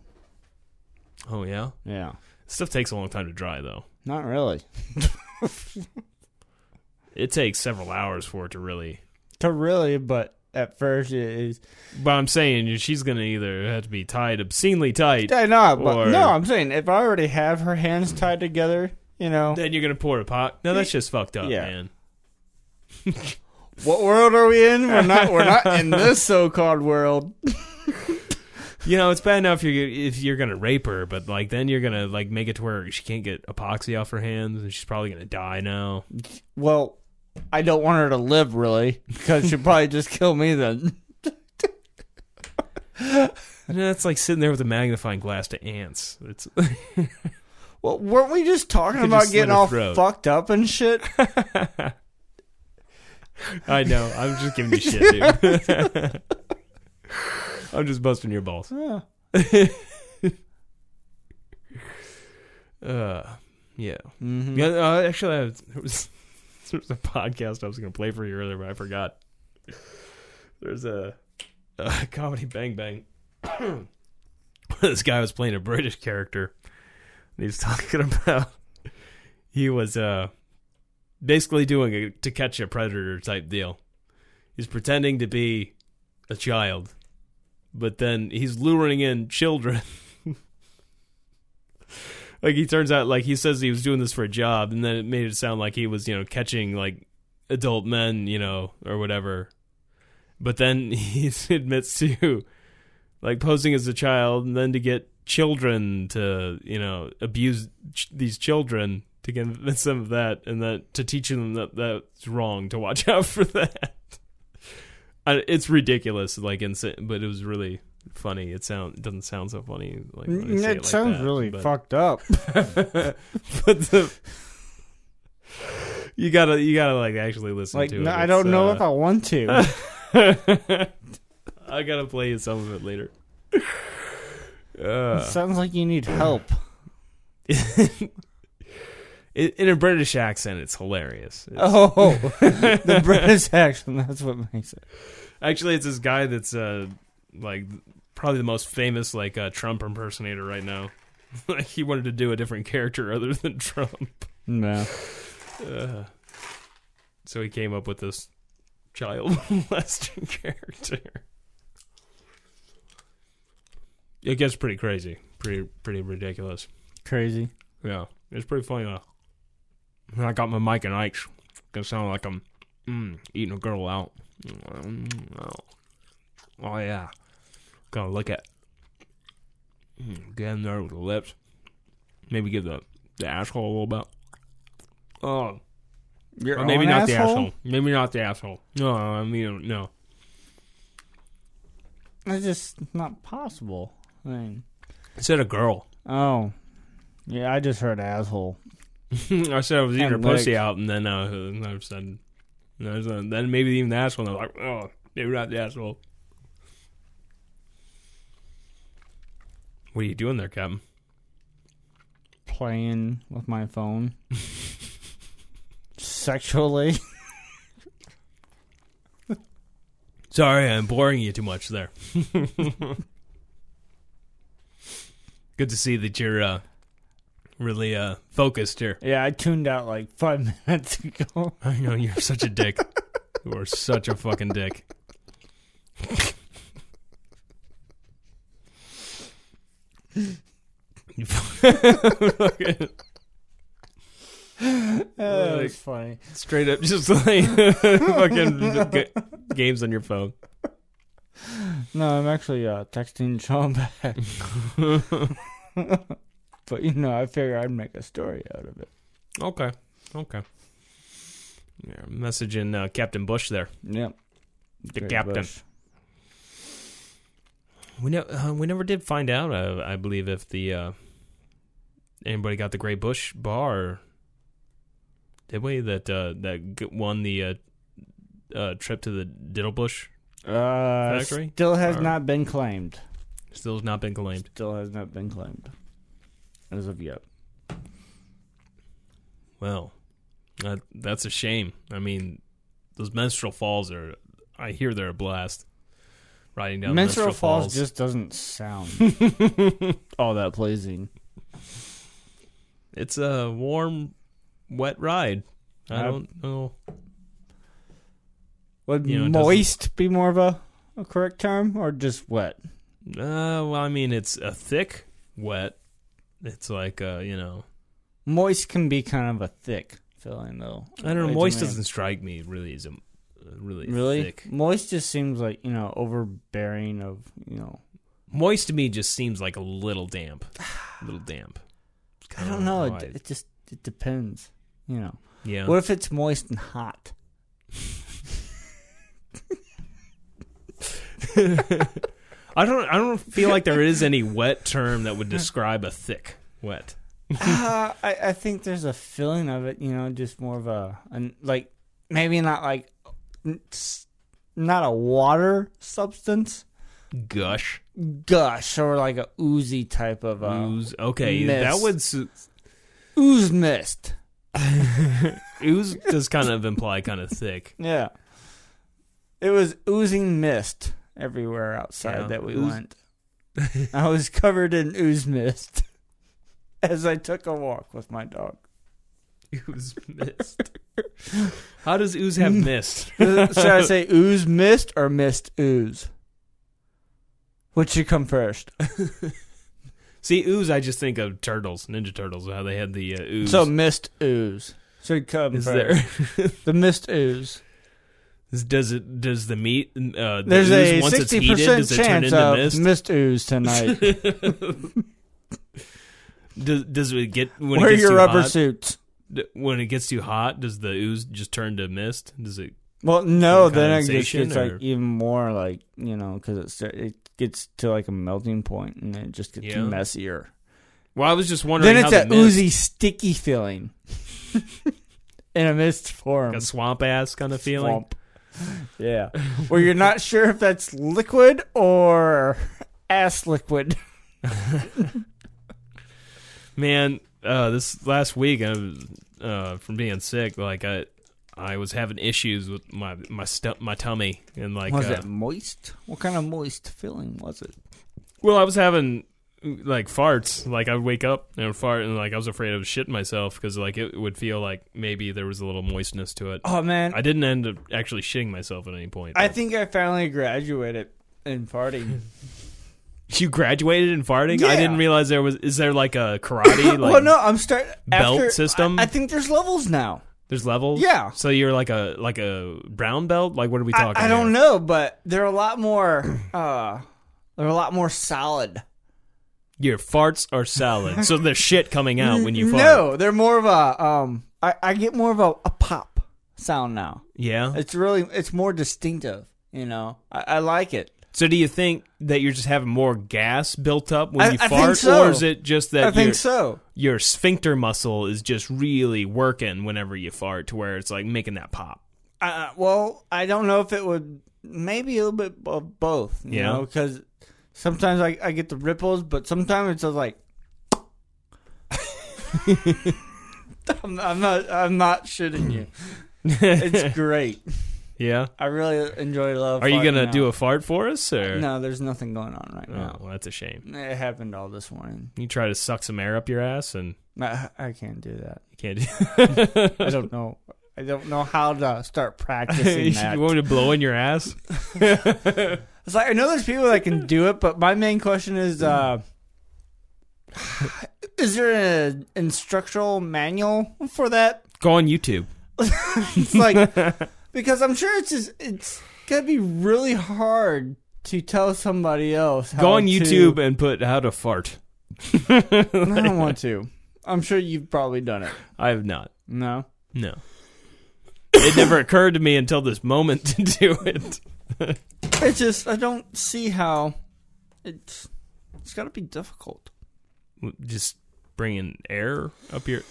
Speaker 4: oh yeah,
Speaker 5: Yeah.
Speaker 4: stuff takes a long time to dry though.
Speaker 5: Not really.
Speaker 4: It takes several hours for it to really.
Speaker 5: To really, but at first it is
Speaker 4: But I'm saying she's gonna either have to be tied obscenely tight,
Speaker 5: I know, but
Speaker 4: Or-
Speaker 5: no, I'm saying if I already have her hands tied together, you know,
Speaker 4: then you're gonna pour a pot. No, that's just fucked up,
Speaker 5: Yeah.
Speaker 4: man.
Speaker 5: what world are we in? We're not. We're not in this so-called world.
Speaker 4: You know, it's bad enough if you're if you're gonna rape her, but like then you're gonna like make it to where she can't get epoxy off her hands, and she's probably gonna die now.
Speaker 5: Well, I don't want her to live really because she'd probably just kill me then.
Speaker 4: And that's like sitting there with a magnifying glass to ants. It's
Speaker 5: Well, weren't we just talking
Speaker 4: Could
Speaker 5: about
Speaker 4: just slit
Speaker 5: getting
Speaker 4: her
Speaker 5: all
Speaker 4: throat.
Speaker 5: fucked up and shit?
Speaker 4: I know. I'm just giving you shit, dude. I'm just busting your balls.
Speaker 5: Yeah.
Speaker 4: Uh, yeah.
Speaker 5: Mhm.
Speaker 4: Yeah. Uh, actually, I was, there was there was a podcast I was going to play for you earlier, but I forgot. There's a, a comedy Bang Bang. this guy was playing a British character. And he was talking about he was uh basically doing a to catch a predator type deal. He's pretending to be a child, but then he's luring in children. like he turns out like he says he was doing this for a job and then it made it sound like he was, you know, catching like adult men, you know, or whatever. But then he admits to like posing as a child and then to get children to, you know, abuse ch- these children to convince them of that and that to teach them that that's wrong to watch out for that. I, it's ridiculous, like insane, but it was really funny. It sound it doesn't sound so funny. Like when I say
Speaker 5: Mm, It
Speaker 4: like
Speaker 5: sounds
Speaker 4: that,
Speaker 5: really
Speaker 4: but-
Speaker 5: fucked up.
Speaker 4: but the you gotta you gotta like actually listen
Speaker 5: Like,
Speaker 4: to it. uh,
Speaker 5: no, I don't know if I want to.
Speaker 4: I. I gotta play you some of it later. Uh,
Speaker 5: sounds like you need help.
Speaker 4: in in a British accent, it's hilarious. It's-
Speaker 5: Oh, the British accent. That's what makes it.
Speaker 4: Actually, it's this guy that's uh like probably the most famous like uh, Trump impersonator right now. like he wanted to do a different character other than Trump,
Speaker 5: No.
Speaker 4: uh, so he came up with this child molesting character. It gets pretty crazy, pretty pretty ridiculous.
Speaker 5: Crazy.
Speaker 4: Yeah, it's pretty funny. Uh, I got my Mike and Ike's. Gonna sound like I'm mm, eating a girl out. Mm, oh. oh yeah, gonna look at mm, get in there with the lips. Maybe give the the asshole a little bit. Oh,
Speaker 5: You're
Speaker 4: or maybe not the asshole. Maybe not the asshole. No, I mean no.
Speaker 5: That's just not possible. I mean,
Speaker 4: I said a girl.
Speaker 5: oh, yeah, I just heard asshole.
Speaker 4: I said I was eating her
Speaker 5: And
Speaker 4: pussy
Speaker 5: legs.
Speaker 4: out, and then uh, and I said, and I said- then maybe even the asshole. And I was like, oh, maybe not the asshole. What are you doing there, Captain?
Speaker 5: Playing with my phone. Sexually.
Speaker 4: Sorry, I'm boring you too much there. Good to see that you're uh, really uh, focused here.
Speaker 5: Yeah, I tuned out like five minutes ago.
Speaker 4: I know you're such a dick. You are such a fucking dick. You fucking-
Speaker 5: That
Speaker 4: Like-
Speaker 5: was funny.
Speaker 4: Straight up, just like fucking ga- games on your phone.
Speaker 5: No, I'm actually uh, texting Sean back. but, you know, I figure I'd make a story out of it.
Speaker 4: Okay, okay. Yeah, messaging uh, Captain Bush there.
Speaker 5: Yep.
Speaker 4: The captain.
Speaker 5: Bush.
Speaker 4: We ne- uh, we never did find out. Uh, I believe if the uh, anybody got the Great Bush bar, did we? That uh, that g- won the uh, uh, trip to the Diddle Bush
Speaker 5: Uh,
Speaker 4: Factory?
Speaker 5: still has
Speaker 4: Or-
Speaker 5: not been claimed.
Speaker 4: still has not been claimed.
Speaker 5: Still has not been claimed. As of yet.
Speaker 4: Well, that, that's a shame. I mean, those menstrual falls are. I hear they're a blast. Riding down the
Speaker 5: Menstrual Falls
Speaker 4: falls
Speaker 5: just doesn't sound all that pleasing.
Speaker 4: it's a warm, wet ride. I
Speaker 5: I-
Speaker 4: don't know.
Speaker 5: Would
Speaker 4: You know, it doesn't-
Speaker 5: moist be more of a, a correct term or just wet?
Speaker 4: Uh, well, I mean, it's a thick wet. It's like uh, you know,
Speaker 5: Moist can be kind of a thick feeling though.
Speaker 4: I don't know.
Speaker 5: Way too
Speaker 4: Moist
Speaker 5: many-
Speaker 4: doesn't strike me really as a really
Speaker 5: really
Speaker 4: thick.
Speaker 5: moist just seems like you know overbearing of you know
Speaker 4: Moist to me just seems like a little damp, a little damp. It's
Speaker 5: I
Speaker 4: kinda
Speaker 5: don't know
Speaker 4: how I-
Speaker 5: it, it just it depends you know
Speaker 4: yeah,
Speaker 5: what if it's moist and hot
Speaker 4: I don't. I don't feel like there is any wet term that would describe a thick wet.
Speaker 5: uh, I, I think there's a feeling of it, you know, just more of a, an, like, maybe not like, it's not a water substance
Speaker 4: Gush,
Speaker 5: gush or like a oozy type of uh,
Speaker 4: ooze. Okay, that
Speaker 5: Mist.
Speaker 4: would su-
Speaker 5: ooze mist.
Speaker 4: ooze does kind of imply kind of thick.
Speaker 5: Yeah, it was oozing mist everywhere outside
Speaker 4: Yeah,
Speaker 5: that we
Speaker 4: ooze-
Speaker 5: went. I was covered in ooze mist as I took a walk with my dog.
Speaker 4: Ooze mist. How does ooze have mist?
Speaker 5: Should I say ooze mist or mist ooze? What should come first?
Speaker 4: See, ooze. I just think of turtles, Ninja Turtles. How they had the uh, ooze.
Speaker 5: So mist ooze should come
Speaker 4: is
Speaker 5: first.
Speaker 4: there?
Speaker 5: The mist ooze.
Speaker 4: Is- Does it? Does the meat? Uh, the
Speaker 5: There's
Speaker 4: ooze,
Speaker 5: a
Speaker 4: once it's
Speaker 5: sixty
Speaker 4: heated,
Speaker 5: percent
Speaker 4: does it turn
Speaker 5: chance
Speaker 4: into
Speaker 5: of
Speaker 4: mist?
Speaker 5: mist? ooze tonight.
Speaker 4: does, does it get when
Speaker 5: Wear
Speaker 4: it gets
Speaker 5: your
Speaker 4: too
Speaker 5: rubber
Speaker 4: hot?
Speaker 5: suits.
Speaker 4: D- When it gets too hot, does the ooze just turn to mist? Does it?
Speaker 5: Well, no,
Speaker 4: Some
Speaker 5: then it just
Speaker 4: condensation
Speaker 5: gets
Speaker 4: or-
Speaker 5: like even more like you know because it's it gets to like a melting point and then it just gets
Speaker 4: Yeah.
Speaker 5: messier.
Speaker 4: Well, I was just wondering.
Speaker 5: Then it's
Speaker 4: how
Speaker 5: that
Speaker 4: the mist,
Speaker 5: oozy, sticky feeling in a mist form.
Speaker 4: like a swamp ass kind of feeling.
Speaker 5: Swamp. Yeah, where you're not sure if that's liquid or ass liquid.
Speaker 4: Man, uh, this last week, I was, uh, from being sick, like I, I was having issues with my my stu- my tummy and like
Speaker 5: was
Speaker 4: uh,
Speaker 5: it moist? What kind of moist feeling was it?
Speaker 4: Well, I was having like farts. Like I'd wake up and I'd fart, and like I was afraid of shitting myself because like it would feel like maybe there was a little moistness to it.
Speaker 5: Oh man,
Speaker 4: I didn't end up actually shitting myself at any point.
Speaker 5: I think I finally graduated in farting.
Speaker 4: you graduated in farting. I
Speaker 5: Yeah.
Speaker 4: didn't realize there was. Is there like a karate? Like,
Speaker 5: well, no, I'm starting
Speaker 4: belt system?
Speaker 5: I, I think there's levels now.
Speaker 4: There's levels.
Speaker 5: Yeah.
Speaker 4: So you're like a like a brown belt. Like what are we talking?
Speaker 5: I, I
Speaker 4: here?
Speaker 5: don't know, but they're a lot more. Uh, they're a lot more solid.
Speaker 4: Your farts are solid. so there's shit coming out when you fart.
Speaker 5: No, they're more of a. Um, I, I get more of a, a pop sound now.
Speaker 4: Yeah.
Speaker 5: It's really it's more distinctive. You know, I, I like it.
Speaker 4: So do you think that you're just having more gas built up when
Speaker 5: I-
Speaker 4: you
Speaker 5: I think
Speaker 4: fart,
Speaker 5: so.
Speaker 4: or is it just that
Speaker 5: I
Speaker 4: your,
Speaker 5: think so.
Speaker 4: your sphincter muscle is just really working whenever you fart, to where it's like making that pop?
Speaker 5: Uh, well, I don't know if it would. Maybe a little bit of both. You
Speaker 4: Yeah.
Speaker 5: know, because sometimes I, I get the ripples, but sometimes it's just like. I'm, I'm not. I'm not shitting you. It's great.
Speaker 4: yeah.
Speaker 5: I really enjoy love.
Speaker 4: Are you gonna
Speaker 5: farting
Speaker 4: do
Speaker 5: now.
Speaker 4: a fart for us or?
Speaker 5: No, there's nothing going on right
Speaker 4: Oh,
Speaker 5: now.
Speaker 4: well, that's a shame.
Speaker 5: It happened all this morning.
Speaker 4: You try to suck some air up your ass and
Speaker 5: I, I can't do that.
Speaker 4: you can't. Do-
Speaker 5: I don't know. I don't know how to start practicing that.
Speaker 4: you want me to blow in your ass?
Speaker 5: It's like I know there's people that can do it, but my main question is:
Speaker 4: Mm.
Speaker 5: uh, Is there an instructional manual for that?
Speaker 4: Go on YouTube.
Speaker 5: It's like because I'm sure it's just, it's gonna be really hard to tell somebody else. How
Speaker 4: Go on
Speaker 5: to-
Speaker 4: YouTube and put how to fart.
Speaker 5: I don't want to. I'm sure you've probably done it.
Speaker 4: I have not.
Speaker 5: No.
Speaker 4: No. It never occurred to me until this moment to do it.
Speaker 5: It's just I don't see how it's it's got to be difficult.
Speaker 4: Just bringing air up here.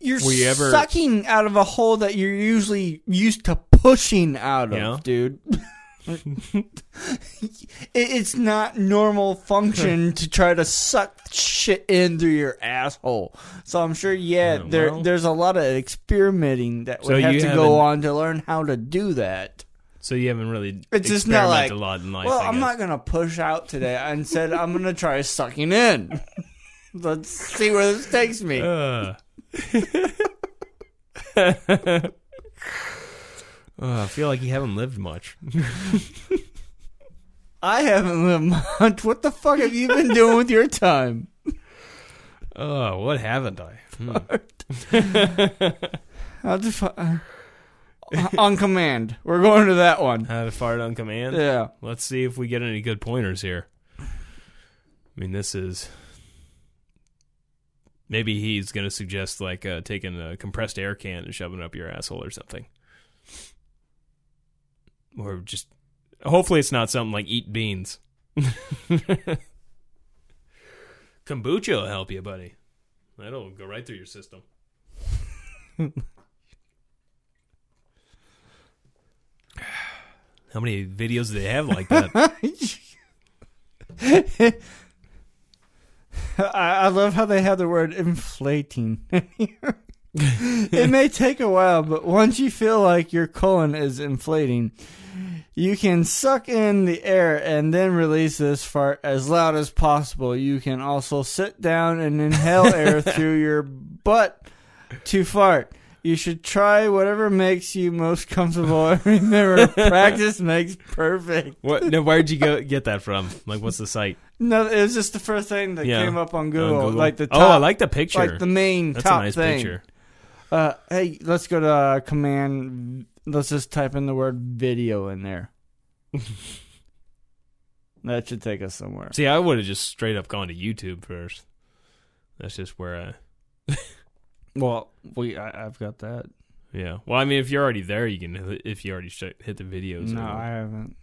Speaker 5: You're
Speaker 4: Were you ever-
Speaker 5: sucking out of a hole that you're usually used to pushing out of,
Speaker 4: Yeah.
Speaker 5: dude. It- it's not normal function to try to suck shit in through your asshole. So I'm sure, yeah,
Speaker 4: Yeah,
Speaker 5: there
Speaker 4: well-
Speaker 5: there's a lot of experimenting that would
Speaker 4: So
Speaker 5: have
Speaker 4: you
Speaker 5: to go
Speaker 4: haven't-
Speaker 5: on to learn how to do that.
Speaker 4: So you haven't really
Speaker 5: It's just not
Speaker 4: experimented
Speaker 5: like
Speaker 4: a lot in life.
Speaker 5: well,
Speaker 4: I
Speaker 5: I'm
Speaker 4: guess.
Speaker 5: not gonna push out today. I Instead, I'm gonna try sucking in. Let's see where this takes me.
Speaker 4: Uh. Oh, I feel like you haven't lived much.
Speaker 5: I haven't lived much. What the fuck have you been doing with your time?
Speaker 4: Oh, what haven't I? Hmm.
Speaker 5: I'll just fu- uh, on command. We're going to that one.
Speaker 4: How to fart on command?
Speaker 5: Yeah.
Speaker 4: Let's see if we get any good pointers here. I mean, this is maybe he's going to suggest like uh, taking a compressed air can and shoving it up your asshole or something, or just hopefully it's not something like eat beans. Kombucha will help you, buddy. That'll go right through your system. How many videos do they have like that?
Speaker 5: I, I love how they have the word inflating. it may take a while, but once you feel like your colon is inflating, you can suck in the air and then release this fart as loud as possible. You can also sit down and inhale air through your butt to fart. You should try whatever makes you most comfortable. Remember, practice makes perfect.
Speaker 4: What? No, where'd you go get that from? Like, what's the site?
Speaker 5: No, it was just the first thing that
Speaker 4: Yeah.
Speaker 5: came up on
Speaker 4: On
Speaker 5: Google, like the top,
Speaker 4: oh, I like the picture.
Speaker 5: like the main
Speaker 4: That's
Speaker 5: top
Speaker 4: a nice
Speaker 5: thing.
Speaker 4: picture.
Speaker 5: Uh, hey, let's go to uh, command. Let's just type in the word video in there. that should take us somewhere.
Speaker 4: See, I would have just straight up gone to YouTube first. That's just where I.
Speaker 5: Well, we I, I've got that.
Speaker 4: Yeah. Well, I mean, if you're already there, you can. If you already sh- hit the videos.
Speaker 5: No,
Speaker 4: or-
Speaker 5: I haven't.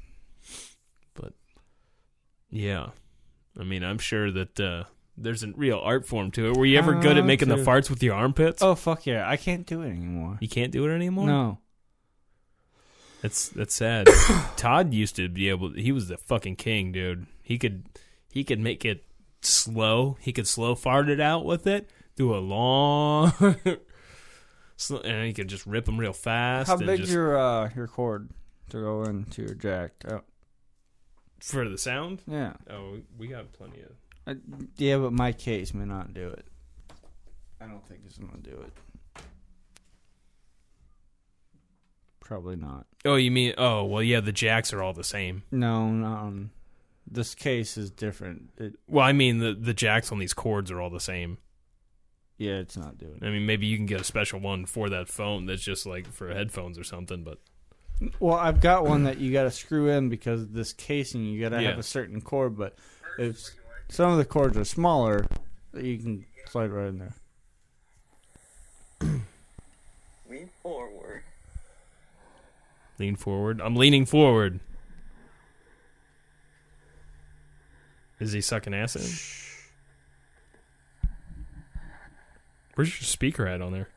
Speaker 4: Yeah. I mean, I'm sure that uh, there's a real art form to it. Were you ever good at
Speaker 5: Oh,
Speaker 4: making the
Speaker 5: dude.
Speaker 4: farts with your armpits?
Speaker 5: Oh fuck yeah! I can't do it anymore.
Speaker 4: You can't do it anymore.
Speaker 5: No,
Speaker 4: That's that's sad. Todd used to be able. He was the fucking king, dude. He could he could make it slow. He could slow fart it out with it. Do a long, sl- and he could just rip them real fast.
Speaker 5: how
Speaker 4: and
Speaker 5: big's
Speaker 4: just-
Speaker 5: your uh, your cord to go into your jack? Oh.
Speaker 4: For the sound?
Speaker 5: Yeah.
Speaker 4: Oh, we got plenty of.
Speaker 5: I, yeah, but my case may not do it. I don't think it's gonna do it. Probably not.
Speaker 4: Oh, you mean? Oh, well, yeah. The jacks are all the same.
Speaker 5: No, not on. This case is different. It,
Speaker 4: Well, I mean the the jacks on these cords are all the same.
Speaker 5: yeah, it's not doing
Speaker 4: I mean, maybe you can get a special one for that phone that's just like for headphones or something. But
Speaker 5: it. Well, I've got one that you got to screw in because this casing you got to have
Speaker 4: Yeah.
Speaker 5: a certain cord, but if some of the cords are smaller, you can slide right in there.
Speaker 3: Lean forward.
Speaker 4: lean forward. I'm leaning forward. Is he sucking acid? Where's your speaker at on there?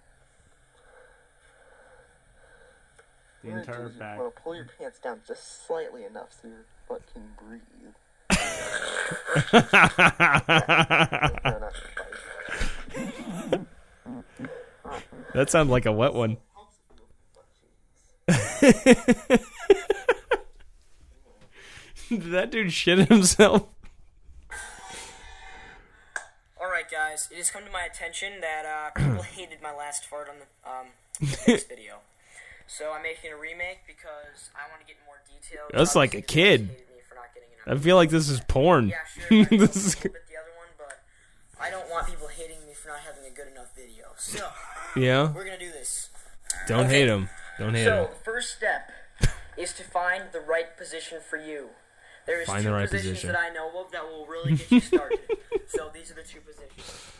Speaker 5: The entire back.
Speaker 3: Well, pull your pants down just slightly enough so your butt can breathe. No, not your butt.
Speaker 4: That sounds like a wet one. Did that dude shit himself?
Speaker 6: Alright, guys, it has come to my attention that uh, people hated my last fart on the um, next video. So I'm making a remake because I want to get more detail.
Speaker 4: That's like a
Speaker 6: Obviously, they
Speaker 4: kid.
Speaker 6: hated me for not getting it
Speaker 4: I
Speaker 6: out.
Speaker 4: feel like this is porn.
Speaker 6: Yeah, sure. I
Speaker 4: this is,
Speaker 6: this bit the other one, but I don't want people hating me for not having a good enough video. So
Speaker 4: yeah.
Speaker 6: we're gonna do this.
Speaker 4: Don't hate him. Don't hate him.
Speaker 6: So the first step is to find the right position for you. There is
Speaker 4: Find
Speaker 6: two
Speaker 4: the right
Speaker 6: positions
Speaker 4: position.
Speaker 6: that I know of that will really get you started. so these are the two positions.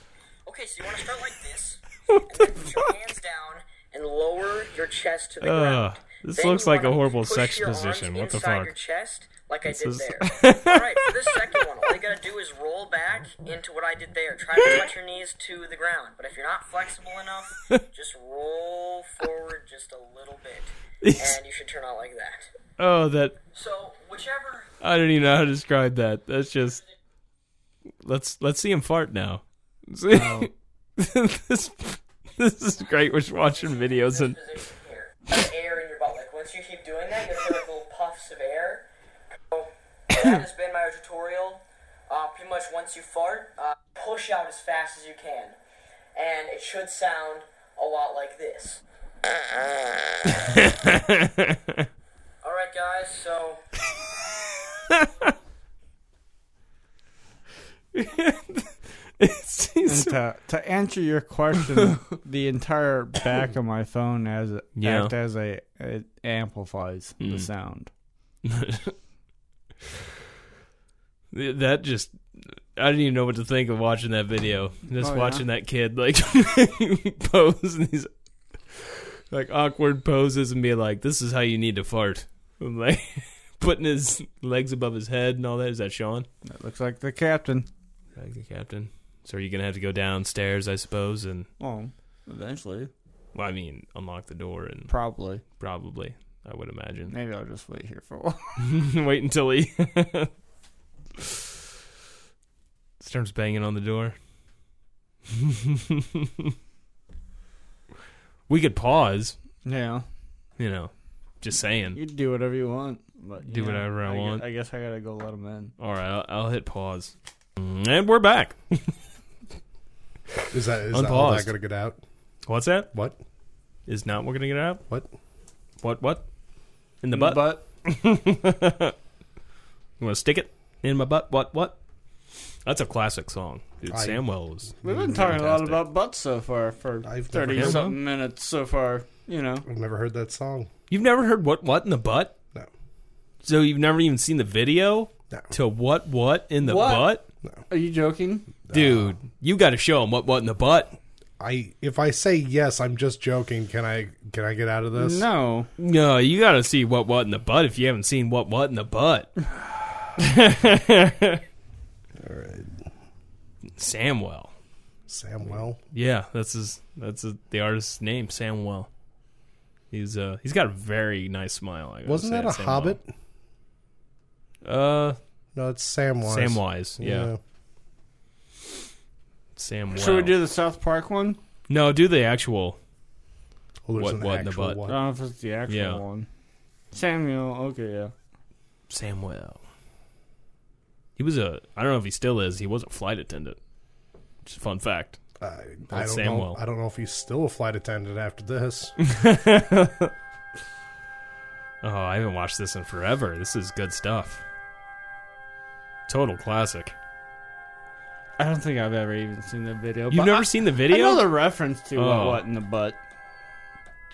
Speaker 6: Okay, so you want to start like this. and then put your hands down and lower your chest to the
Speaker 4: Ugh,
Speaker 6: ground.
Speaker 4: this
Speaker 6: Then
Speaker 4: looks
Speaker 6: you
Speaker 4: like a
Speaker 6: wanna
Speaker 4: horrible
Speaker 6: push
Speaker 4: sex
Speaker 6: your arms
Speaker 4: position. What the
Speaker 6: inside
Speaker 4: fuck?
Speaker 6: Your chest, like I did
Speaker 4: is-
Speaker 6: there. All right, for this second one, all you gotta do is roll back into what I did there. Try to touch your knees to the ground, but if you're not flexible enough, just roll forward just a little bit, and you should turn out like that.
Speaker 4: Oh, that
Speaker 6: So whichever
Speaker 4: I don't even know how to describe that. That's just let's let's see him fart now. Oh. this this is great. We're just watching videos and
Speaker 6: position here, of air in your butt. Like once you keep doing that, you'll feel like little puffs of air. So that has been my tutorial. Uh, pretty much once you fart, uh, push out as fast as you can, and it should sound a lot like this. All right, guys. So
Speaker 5: And to, to answer your question, the entire back of my phone as a,
Speaker 4: Yeah.
Speaker 5: act as a it amplifies the sound.
Speaker 4: that just I didn't even know what to think of watching that video. Just
Speaker 5: Oh, yeah?
Speaker 4: watching that kid like pose in these like awkward poses and be like, "This is how you need to fart." I'm like putting his legs above his head and all that. Is that Sean?
Speaker 5: That looks like the captain.
Speaker 4: Like the captain. So are you gonna have to go downstairs, I suppose, and
Speaker 5: Well, eventually,
Speaker 4: well, I mean, unlock the door and
Speaker 5: probably.
Speaker 4: probably I would imagine
Speaker 5: Maybe I'll just wait here for a while.
Speaker 4: wait until he starts banging on the door. we could pause,
Speaker 5: yeah,
Speaker 4: you know, just saying.
Speaker 5: you can do whatever you want. But you
Speaker 4: Do
Speaker 5: know,
Speaker 4: whatever I
Speaker 5: gu-
Speaker 4: want.
Speaker 5: I guess I gotta go let them in.
Speaker 4: All right, I'll, I'll hit pause, Mm, and we're back.
Speaker 7: Is that is that all
Speaker 4: Unpaused.
Speaker 7: that gonna get out?
Speaker 4: What's that?
Speaker 7: What?
Speaker 4: Is not we're gonna get out?
Speaker 7: What?
Speaker 4: What? What? In the butt?
Speaker 5: But
Speaker 4: You want to stick it in my butt? What? What? That's a classic song, dude.
Speaker 7: I-
Speaker 4: Samwell was.
Speaker 5: we've been talking a lot
Speaker 4: Fantastic.
Speaker 5: about butts so far for
Speaker 7: I've never
Speaker 5: thirty
Speaker 7: heard
Speaker 5: something minutes so far. You know,
Speaker 7: I've never heard that song.
Speaker 4: You've never heard what? What in the butt?
Speaker 7: No.
Speaker 4: So you've never even seen the video
Speaker 7: No.
Speaker 4: to what? What in the
Speaker 5: What?
Speaker 4: butt?
Speaker 5: are you joking?
Speaker 4: Dude, you got to show him what? What in the butt?
Speaker 7: I if I say yes, I'm just joking. Can I can I get out of this?
Speaker 5: No,
Speaker 4: No, you got to see what? What in the butt? If you haven't seen what? What in the butt?
Speaker 7: All right.
Speaker 4: Samwell.
Speaker 7: Samwell.
Speaker 4: Yeah, that's his. That's his, the artist's name, Samwell. He's uh he's got a very nice smile. I gotta
Speaker 7: Wasn't
Speaker 4: say,
Speaker 7: that a
Speaker 4: Samwell.
Speaker 7: Hobbit?
Speaker 4: Uh,
Speaker 7: No, it's Samwise.
Speaker 4: Samwise. Yeah,
Speaker 7: Yeah.
Speaker 4: Samwell.
Speaker 5: should we do the South Park one?
Speaker 4: No, do the actual.
Speaker 7: Well, there's
Speaker 4: What-
Speaker 7: an
Speaker 4: what in the
Speaker 7: actual
Speaker 4: butt?
Speaker 5: I
Speaker 7: one.
Speaker 5: don't know if it's the actual
Speaker 4: Yeah.
Speaker 5: one. Samuel, okay, yeah.
Speaker 4: Samwell. He was a I don't know if he still is. He was a flight attendant. Just a fun fact.
Speaker 7: I, I don't know.
Speaker 4: Samwell.
Speaker 7: I don't know if he's still a flight attendant after this.
Speaker 4: Oh, I haven't watched this in forever. This is good stuff. Total classic.
Speaker 5: I don't think I've ever even seen the video.
Speaker 4: You've
Speaker 5: but
Speaker 4: never
Speaker 5: I,
Speaker 4: seen the
Speaker 5: I
Speaker 4: video?
Speaker 5: know the reference to what-
Speaker 4: Oh.
Speaker 5: what in the butt.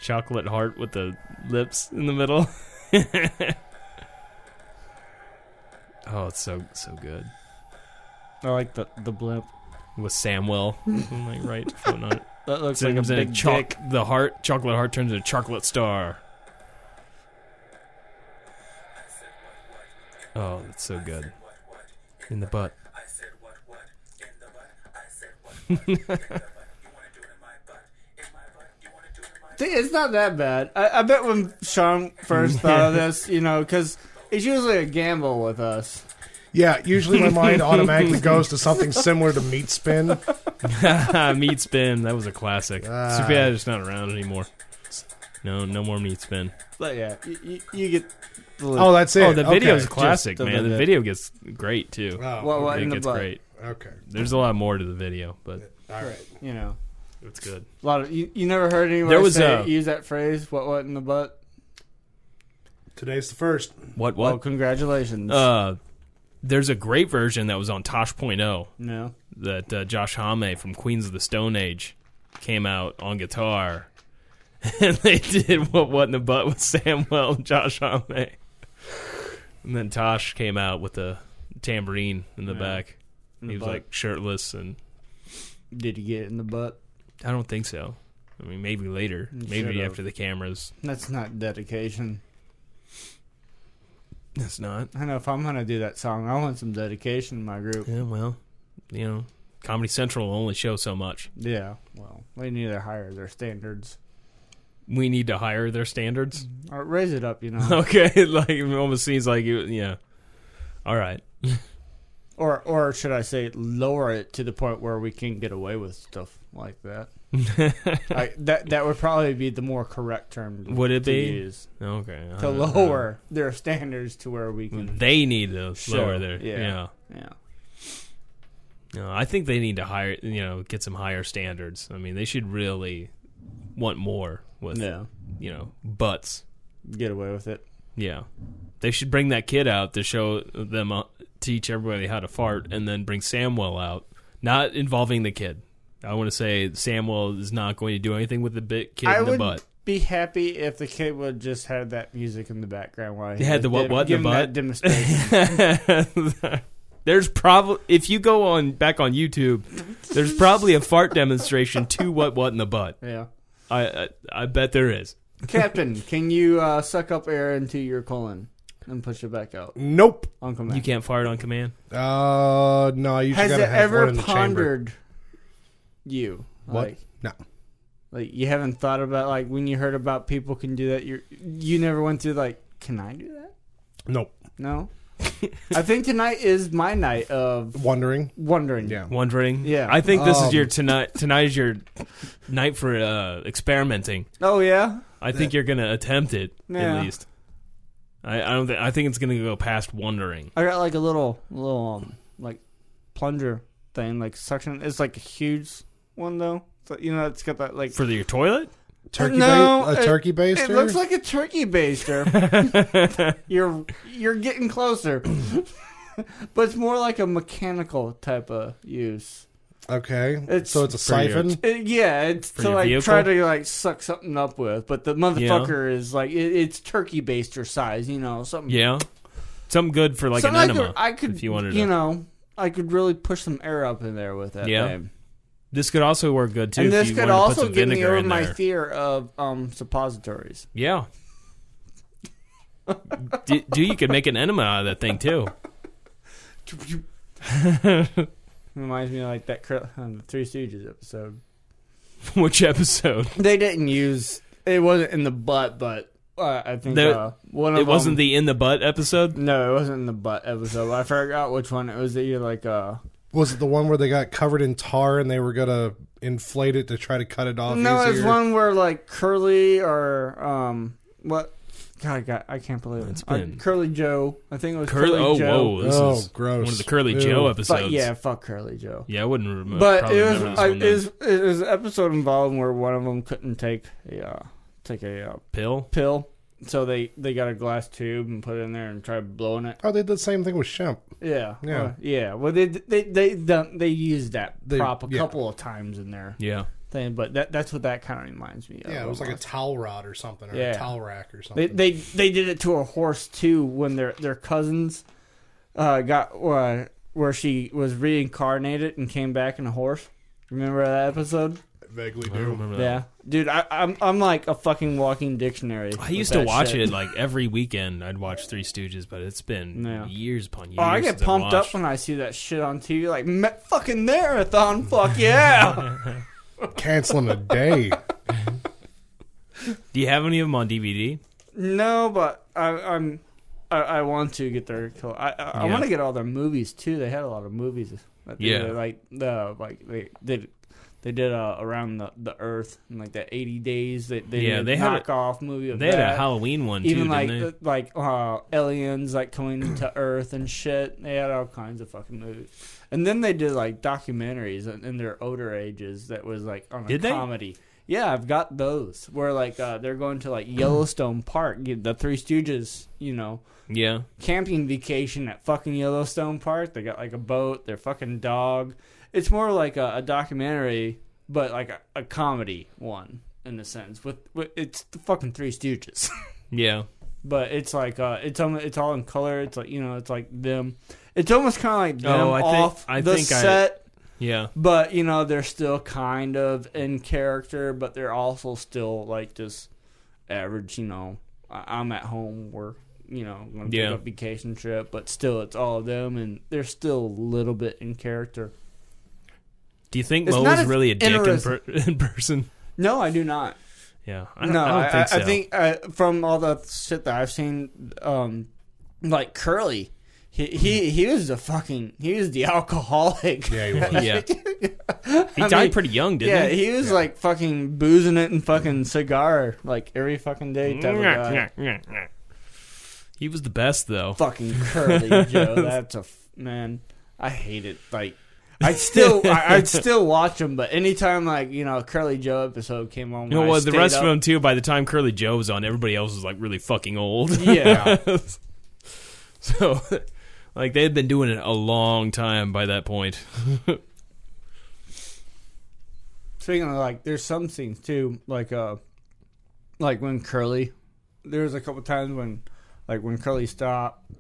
Speaker 4: Chocolate heart with the lips in the middle. oh, it's so so good.
Speaker 5: I like the the blimp.
Speaker 4: With Samwell, I'm like right foot on it.
Speaker 5: That looks like a
Speaker 4: Turns into
Speaker 5: big
Speaker 4: choc-
Speaker 5: dick.
Speaker 4: the heart, chocolate heart turns into chocolate star. Oh, that's so good. In the butt.
Speaker 5: Dude, It's not that bad. I, I bet when Sean first thought of this, you know, because it's usually a gamble with us.
Speaker 7: yeah, usually my mind automatically goes to something similar to meat spin.
Speaker 4: meat spin. That was a classic.
Speaker 7: Ah.
Speaker 4: Too bad it's not around anymore. No, no more meat spin.
Speaker 5: But yeah, you, you, you get. The
Speaker 7: Oh, that's it.
Speaker 4: Oh, the video's
Speaker 7: okay.
Speaker 4: classic,
Speaker 5: just a
Speaker 4: man. The
Speaker 5: minute.
Speaker 4: video gets great too.
Speaker 7: Oh,
Speaker 5: What- what
Speaker 4: it
Speaker 5: in the
Speaker 4: gets
Speaker 5: butt?
Speaker 4: great.
Speaker 7: okay.
Speaker 4: There's a lot more to the video, but
Speaker 7: All right.
Speaker 5: You know,
Speaker 4: it's good.
Speaker 5: a lot of you, you never heard anyone
Speaker 4: There was
Speaker 5: say,
Speaker 4: a-
Speaker 5: use that phrase. What what in the butt?
Speaker 7: Today's the first.
Speaker 4: What
Speaker 5: Well,
Speaker 4: what?
Speaker 5: congratulations.
Speaker 4: Uh, there's a great version that was on oh. Tosh.0
Speaker 5: no,
Speaker 4: that uh, Josh Homme from Queens of the Stone Age came out on guitar, and they did what what in the butt with Samwell and Josh Homme, and then Tosh came out with a tambourine in the
Speaker 5: Yeah.
Speaker 4: back.
Speaker 5: In
Speaker 4: he
Speaker 5: the
Speaker 4: was
Speaker 5: butt.
Speaker 4: like shirtless, and
Speaker 5: did you get it in the butt?
Speaker 4: I don't think so. I mean, maybe later,
Speaker 5: You
Speaker 4: maybe
Speaker 5: should've.
Speaker 4: after the cameras.
Speaker 5: That's not dedication.
Speaker 4: That's not.
Speaker 5: I know if I'm gonna do that song, I want some dedication in my group.
Speaker 4: Yeah, well, you know, Comedy Central will only show so much.
Speaker 5: Yeah, well, they need to higher their standards
Speaker 4: We need to hire their standards.
Speaker 5: or raise it up, you know.
Speaker 4: Okay, like it almost seems like you. Yeah. All right.
Speaker 5: Or, or should I say, lower it to the point where we can get away with stuff like that? I, that that would probably be the more correct term. to-
Speaker 4: Would it
Speaker 5: to
Speaker 4: be? Uh,
Speaker 5: use.
Speaker 4: Okay. I
Speaker 5: to
Speaker 4: don't know.
Speaker 5: lower their standards to where we can?
Speaker 4: They need to lower
Speaker 5: Sure,
Speaker 4: their. Yeah.
Speaker 5: yeah. Yeah,
Speaker 4: No, I think they need to hire. You know, get some higher standards. I mean, they should really want more with.
Speaker 5: no,
Speaker 4: You know, butts.
Speaker 5: get away with it.
Speaker 4: Yeah. They should bring that kid out to show them, uh, teach everybody how to fart, and then bring Samwell out, not involving the kid. I want to say Samwell is not going to do anything with the bit kid
Speaker 5: I
Speaker 4: in the
Speaker 5: would
Speaker 4: butt.
Speaker 5: be happy if the kid would just had that music in the background while he
Speaker 4: They had the what-
Speaker 5: did-
Speaker 4: what in the
Speaker 5: giving
Speaker 4: butt?
Speaker 5: that demonstration.
Speaker 4: there's probably if you go on back on YouTube, there's probably a fart demonstration to what what in the butt.
Speaker 5: yeah,
Speaker 4: I I, I bet there is.
Speaker 5: Captain, can you uh, suck up air into your colon and push it back out?
Speaker 7: Nope.
Speaker 5: Uncle Matt.
Speaker 4: You can't fart on command.
Speaker 7: Uh, no. I usually
Speaker 5: Has it
Speaker 7: gotta have one
Speaker 5: ever
Speaker 7: in the chamber.
Speaker 5: pondered you?
Speaker 7: What?
Speaker 5: Like,
Speaker 7: no.
Speaker 5: like you haven't thought about like when you heard about people can do that. You you never went through like, can I do that?
Speaker 7: Nope.
Speaker 5: No. I think tonight is my night of
Speaker 7: Wondering.
Speaker 5: wondering.
Speaker 7: Yeah.
Speaker 4: Wondering.
Speaker 5: Yeah.
Speaker 4: I think this is
Speaker 7: Um,
Speaker 4: your tonight. Tonight is your night for uh, experimenting.
Speaker 5: Oh yeah.
Speaker 4: I think you're gonna attempt it
Speaker 5: Yeah.
Speaker 4: at least. I, I don't. Th- I think it's gonna go past wondering.
Speaker 5: I got like a little little um like plunger thing like suction. It's like a huge one though. So, you know, it's got that like.
Speaker 4: For your toilet?
Speaker 7: Turkey.
Speaker 5: No,
Speaker 7: ba- a
Speaker 5: it-
Speaker 7: turkey baster.
Speaker 5: it looks like a turkey baster. you're you're getting closer, but it's more like a mechanical type of use.
Speaker 7: okay.
Speaker 5: It's
Speaker 7: so it's a
Speaker 4: pretty
Speaker 7: siphon.
Speaker 5: Uh, yeah, it's to
Speaker 4: your
Speaker 5: like
Speaker 4: vehicle?
Speaker 5: try to like suck something up with, but the motherfucker is like it, it's turkey baster size, you know, something.
Speaker 4: Yeah. Something good for like
Speaker 5: something
Speaker 4: an enema.
Speaker 5: I could, I could
Speaker 4: if you wanted to.
Speaker 5: know, I could really push some air up in there with that.
Speaker 4: Yeah.
Speaker 5: thing.
Speaker 4: This could also work good too.
Speaker 5: and
Speaker 4: if
Speaker 5: this
Speaker 4: you
Speaker 5: could
Speaker 4: wanted to put
Speaker 5: also
Speaker 4: some
Speaker 5: get me
Speaker 4: vinegar
Speaker 5: over
Speaker 4: in
Speaker 5: my
Speaker 4: there.
Speaker 5: fear of um suppositories.
Speaker 4: Yeah. do, do you could make an enema out of that thing too?
Speaker 5: Reminds me of like that cur- um, the Three Stooges episode.
Speaker 4: Which episode?
Speaker 5: They didn't use it wasn't in the butt, but uh, I think
Speaker 4: There-
Speaker 5: uh, one of
Speaker 4: It wasn't
Speaker 5: them-
Speaker 4: the in the butt episode.
Speaker 5: no, it wasn't in the butt episode. I forgot which one it was. That you like uh
Speaker 7: Was it the one where they got covered in tar and they were gonna inflate it to try to cut it off?
Speaker 5: No,
Speaker 7: easier?
Speaker 5: it's one where like Curly or um what God, I, got, I can't believe it.
Speaker 4: It's
Speaker 5: Uh,
Speaker 4: been-
Speaker 5: Curly Joe. I think it was
Speaker 4: Curly.
Speaker 5: Curly,
Speaker 4: Oh,
Speaker 5: Joe.
Speaker 4: whoa! This
Speaker 7: Oh,
Speaker 4: is
Speaker 7: gross.
Speaker 4: One of the Curly
Speaker 7: Ew.
Speaker 4: Joe
Speaker 7: But
Speaker 4: episodes.
Speaker 5: But yeah, fuck Curly Joe.
Speaker 4: yeah, I wouldn't remember.
Speaker 5: but
Speaker 4: probably
Speaker 5: it was,
Speaker 4: remember this
Speaker 5: I,
Speaker 4: one
Speaker 5: it
Speaker 4: then.
Speaker 5: was it was an episode involved where one of them couldn't take a uh, take a uh,
Speaker 4: pill.
Speaker 5: pill, so they they got a glass tube and put it in there and tried blowing it.
Speaker 7: Oh, they did the same thing with Shemp.
Speaker 5: Yeah,
Speaker 7: Yeah.
Speaker 5: Well, yeah. Well, they they they done, they used that
Speaker 7: They-
Speaker 5: prop a
Speaker 7: yeah.
Speaker 5: couple of times in their
Speaker 4: Yeah,
Speaker 5: thing, but that that's what that kind of reminds me of.
Speaker 7: Yeah, it was like a
Speaker 5: almost.
Speaker 7: towel rod or something, or
Speaker 5: Yeah.
Speaker 7: a towel rack or
Speaker 5: They
Speaker 7: something.
Speaker 5: they they did it to a horse too when their their cousins uh, got uh, where she was reincarnated and came back in a horse. Remember that episode?
Speaker 7: Vaguely
Speaker 4: I
Speaker 7: do.
Speaker 4: don't remember that.
Speaker 5: Yeah, dude, I, I'm I'm like a fucking walking dictionary.
Speaker 4: I used to watch it like every weekend. I'd watch Three Stooges, but it's been
Speaker 5: Yeah.
Speaker 4: years upon years.
Speaker 5: Oh, I get
Speaker 4: since I've
Speaker 5: pumped up
Speaker 4: watched.
Speaker 5: when I see that shit on TV. Like "Ma- fucking marathon, fuck yeah!
Speaker 7: Canceling a day.
Speaker 4: Do you have any of them on DVD?
Speaker 5: no, but I, I'm I, I want to get their. col- I I, I
Speaker 4: Yeah.
Speaker 5: want to get all their movies too. They had a lot of movies. that they
Speaker 4: Yeah.
Speaker 5: did, like the like they did. They did uh, around the, the Earth and like that eighty days. They, they
Speaker 4: Yeah,
Speaker 5: did
Speaker 4: they had a-
Speaker 5: knockoff movie of
Speaker 4: They had
Speaker 5: that.
Speaker 4: a Halloween one too,
Speaker 5: even
Speaker 4: didn't
Speaker 5: like
Speaker 4: they?
Speaker 5: the- like uh, aliens like coming to Earth and shit. They had all kinds of fucking movies, and then they did like documentaries in, in their older ages that was like on a
Speaker 4: Did they?
Speaker 5: comedy. Yeah, I've got those where like uh, they're going to like Yellowstone Park, get the Three Stooges, you know,
Speaker 4: yeah,
Speaker 5: camping vacation at fucking Yellowstone Park. They got like a boat, their fucking dog. It's more like a, a documentary, but like a, a comedy one in a sense. With, with it's the fucking Three Stooges
Speaker 4: yeah.
Speaker 5: but it's like uh, it's almo- it's all in color. It's like you know, it's like them. It's almost kind of like them
Speaker 4: Oh, I think-
Speaker 5: off
Speaker 4: I
Speaker 5: the
Speaker 4: think I-
Speaker 5: set,
Speaker 4: Yeah.
Speaker 5: but you know they're still kind of in character, but they're also still like just average. You know, I- I'm at home, we're you know going to
Speaker 4: Yeah.
Speaker 5: take a vacation trip, but still it's all of them, and they're still a little bit in character.
Speaker 4: Do you think
Speaker 5: It's
Speaker 4: Mo
Speaker 5: not
Speaker 4: was
Speaker 5: as
Speaker 4: really a dick in, per-
Speaker 5: interesting.
Speaker 4: in person?
Speaker 5: No, I do not.
Speaker 4: Yeah, I don't,
Speaker 5: no,
Speaker 4: I don't think so.
Speaker 5: I think uh, from all the shit that I've seen, um, like Curly, he
Speaker 4: Hmm.
Speaker 5: he, he was the fucking he was the alcoholic.
Speaker 7: Yeah, he was.
Speaker 4: yeah, he
Speaker 5: I
Speaker 4: died
Speaker 5: mean,
Speaker 4: pretty young, didn't
Speaker 5: Yeah,
Speaker 4: he? Hmm.
Speaker 5: he was like fucking boozing it and fucking cigar like every fucking day. Type of guy.
Speaker 4: He was the best though.
Speaker 5: fucking Curly Joe, that's a f- man. I hate it. Like I still I, I'd still watch him, but anytime like you know a Curly Joe episode came on,
Speaker 4: No,
Speaker 5: when I
Speaker 4: well, the
Speaker 5: stayed
Speaker 4: rest
Speaker 5: up-
Speaker 4: of them too. By the time Curly Joe was on, everybody else was like really fucking old.
Speaker 5: Yeah.
Speaker 4: so, like they had been doing it a long time by that point.
Speaker 5: Speaking of like, there's some scenes too, like uh, like when Curly, there was a couple times when, like when Curly stopped,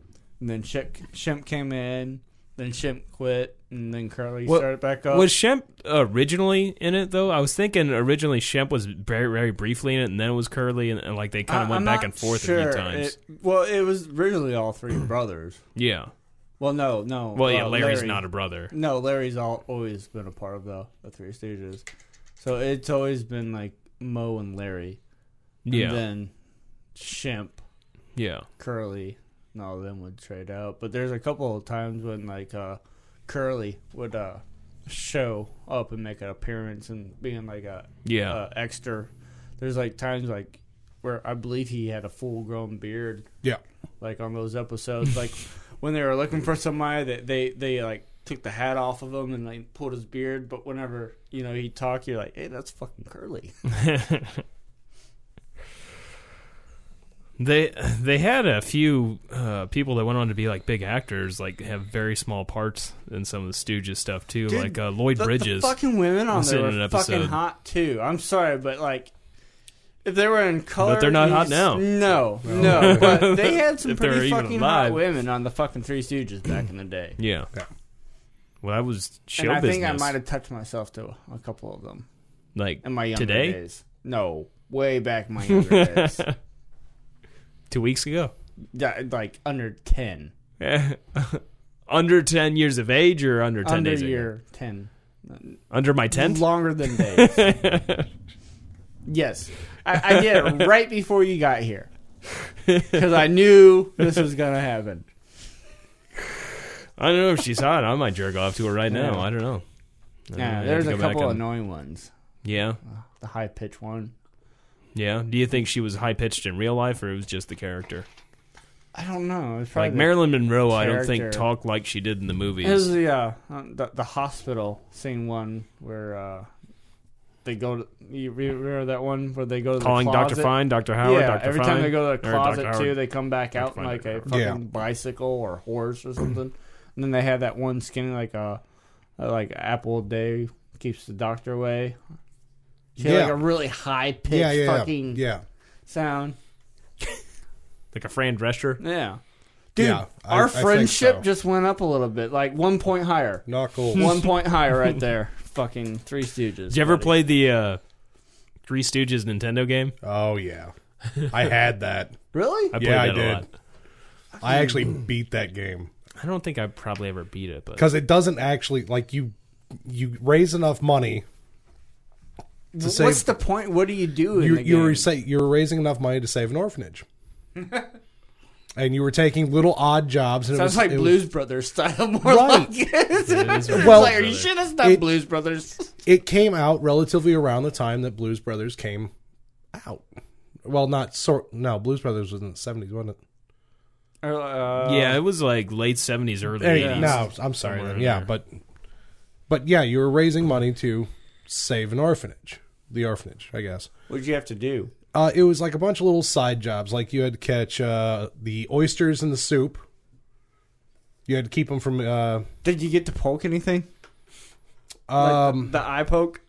Speaker 5: and then Shemp, Shemp came in, then Shemp quit, and then Curly
Speaker 4: What-
Speaker 5: started back up.
Speaker 4: Was Shemp originally in it though? I was thinking originally Shemp was very, very briefly in it, and then it was Curly, and, and, like they kind of
Speaker 5: I-
Speaker 4: went
Speaker 5: I'm
Speaker 4: back
Speaker 5: not
Speaker 4: and forth a few
Speaker 5: sure.
Speaker 4: times.
Speaker 5: It- well, it was originally all three brothers.
Speaker 4: yeah.
Speaker 5: Well, no, no.
Speaker 4: Well, yeah.
Speaker 5: uh,
Speaker 4: Larry's
Speaker 5: Larry-
Speaker 4: not a brother.
Speaker 5: No, Larry's all, always been a part of the the Three Stooges, so it's always been like Mo and Larry, and
Speaker 4: Yeah.
Speaker 5: then Shemp,
Speaker 4: yeah.
Speaker 5: Curly and all of them would trade out. But there's a couple of times when like uh, Curly would uh, show up and make an appearance and being like a
Speaker 4: Yeah.
Speaker 5: uh, extra. There's like times like where I believe he had a full grown beard
Speaker 7: Yeah.
Speaker 5: like on those episodes like when they were looking for somebody that they they like took the hat off of him and like pulled his beard but whenever you know he talked you're like hey that's fucking curly
Speaker 4: They they had a few uh, people that went on to be like big actors, like have very small parts in some of the Stooges stuff too,
Speaker 5: Dude,
Speaker 4: like uh, Lloyd
Speaker 5: The-
Speaker 4: Bridges.
Speaker 5: The fucking women on
Speaker 4: was
Speaker 5: there
Speaker 4: in an
Speaker 5: were fucking
Speaker 4: episode.
Speaker 5: hot too. I'm sorry, but like, if they were in color,
Speaker 4: they're not
Speaker 5: you
Speaker 4: hot
Speaker 5: s-
Speaker 4: now.
Speaker 5: No, no. but they had some
Speaker 4: If they're
Speaker 5: pretty
Speaker 4: even
Speaker 5: fucking
Speaker 4: alive.
Speaker 5: hot women on the fucking Three Stooges back in the day.
Speaker 4: yeah.
Speaker 7: Yeah.
Speaker 4: Well, that was show
Speaker 5: and I
Speaker 4: business.
Speaker 5: think I might have touched myself to a couple of them
Speaker 4: like
Speaker 5: in my younger
Speaker 4: today,
Speaker 5: days. No, way back in my younger days,
Speaker 4: two weeks ago,
Speaker 5: Yeah, like under ten,
Speaker 4: under ten years of age or under ten
Speaker 5: under
Speaker 4: days ago?
Speaker 5: year ten,
Speaker 4: under my tent.
Speaker 5: longer than days. yes, I, I did it right before you got here because I knew this was gonna happen.
Speaker 4: I don't know if she's hot. I might jerk off to her right now.
Speaker 5: Yeah.
Speaker 4: I don't know. I
Speaker 5: Yeah,
Speaker 4: have
Speaker 5: there's
Speaker 4: to
Speaker 5: a
Speaker 4: go back
Speaker 5: couple
Speaker 4: and-
Speaker 5: annoying ones.
Speaker 4: Yeah,
Speaker 5: The high pitched one.
Speaker 4: Yeah. Do you think she was high pitched in real life, or it was just the character?
Speaker 5: I don't know. It's probably
Speaker 4: Like
Speaker 5: the-
Speaker 4: Marilyn Monroe, I don't think
Speaker 5: character.
Speaker 4: talked like she did in the movies.
Speaker 5: It was the, uh, the the hospital scene one where uh, they go to you re- remember that one where they go to
Speaker 4: Calling
Speaker 5: the
Speaker 4: Doctor
Speaker 5: closet?
Speaker 4: Fine, Doctor Howard,
Speaker 5: yeah,
Speaker 4: Doctor
Speaker 5: every
Speaker 4: Fine,
Speaker 5: time they go to the
Speaker 4: or
Speaker 5: closet
Speaker 4: Dr.
Speaker 5: too,
Speaker 4: Howard.
Speaker 5: they come back out in
Speaker 4: Fine,
Speaker 5: like a
Speaker 4: Dr.
Speaker 5: fucking
Speaker 7: Howard. Yeah.
Speaker 5: bicycle or horse or something. and then they have that one skinny like a uh, like apple a day keeps the doctor away. She had like
Speaker 7: Yeah.
Speaker 5: a really high pitched
Speaker 7: Yeah, yeah, yeah.
Speaker 5: fucking
Speaker 7: yeah.
Speaker 5: sound.
Speaker 4: like a Fran Drescher.
Speaker 5: Yeah. Dude,
Speaker 7: Yeah, I-
Speaker 5: our
Speaker 7: I think
Speaker 5: friendship
Speaker 7: so.
Speaker 5: just went up a little bit, like one point higher.
Speaker 7: Knuckles.
Speaker 5: One point higher right there. Fucking Three Stooges.
Speaker 4: Did you ever
Speaker 5: buddy.
Speaker 4: play the uh, Three Stooges Nintendo game?
Speaker 7: Oh yeah, I had that.
Speaker 5: Really?
Speaker 4: I played
Speaker 7: Yeah, I
Speaker 4: that a
Speaker 7: did.
Speaker 4: lot.
Speaker 7: I actually beat that game
Speaker 4: I don't think I probably ever beat it, but
Speaker 7: because it doesn't actually like you. You raise enough money.
Speaker 5: What's
Speaker 7: save-
Speaker 5: the point? What do you do in
Speaker 7: You
Speaker 5: the
Speaker 7: you were
Speaker 5: game?
Speaker 7: say you were raising enough money to save an orphanage. And you were taking little odd jobs. And it
Speaker 5: Sounds
Speaker 7: was,
Speaker 5: like
Speaker 7: it was-
Speaker 5: Blues Brothers style more
Speaker 7: Right.
Speaker 5: like it.
Speaker 4: it is a
Speaker 7: Well-
Speaker 5: Like, are you
Speaker 4: brother.
Speaker 5: sure that's not
Speaker 7: It-
Speaker 5: Blues Brothers?
Speaker 7: it came out relatively around the time that Blues Brothers came out. Well, not sort. No, Blues Brothers was in the seventies, wasn't it?
Speaker 5: Or, uh,
Speaker 4: yeah, it was like late seventies, early
Speaker 7: There you-
Speaker 4: eighties.
Speaker 7: No, I'm sorry.
Speaker 4: Somewhere
Speaker 7: Then.
Speaker 4: in
Speaker 7: Yeah,
Speaker 4: there.
Speaker 7: but but yeah, you were raising money to save an orphanage, the orphanage, I guess.
Speaker 5: What'd you have to do?
Speaker 7: Uh, it was like a bunch of little side jobs. Like you had to catch uh, the oysters in the soup. You had to keep them from. Uh,
Speaker 5: Did you get to poke anything?
Speaker 7: um,
Speaker 5: the, eye poke?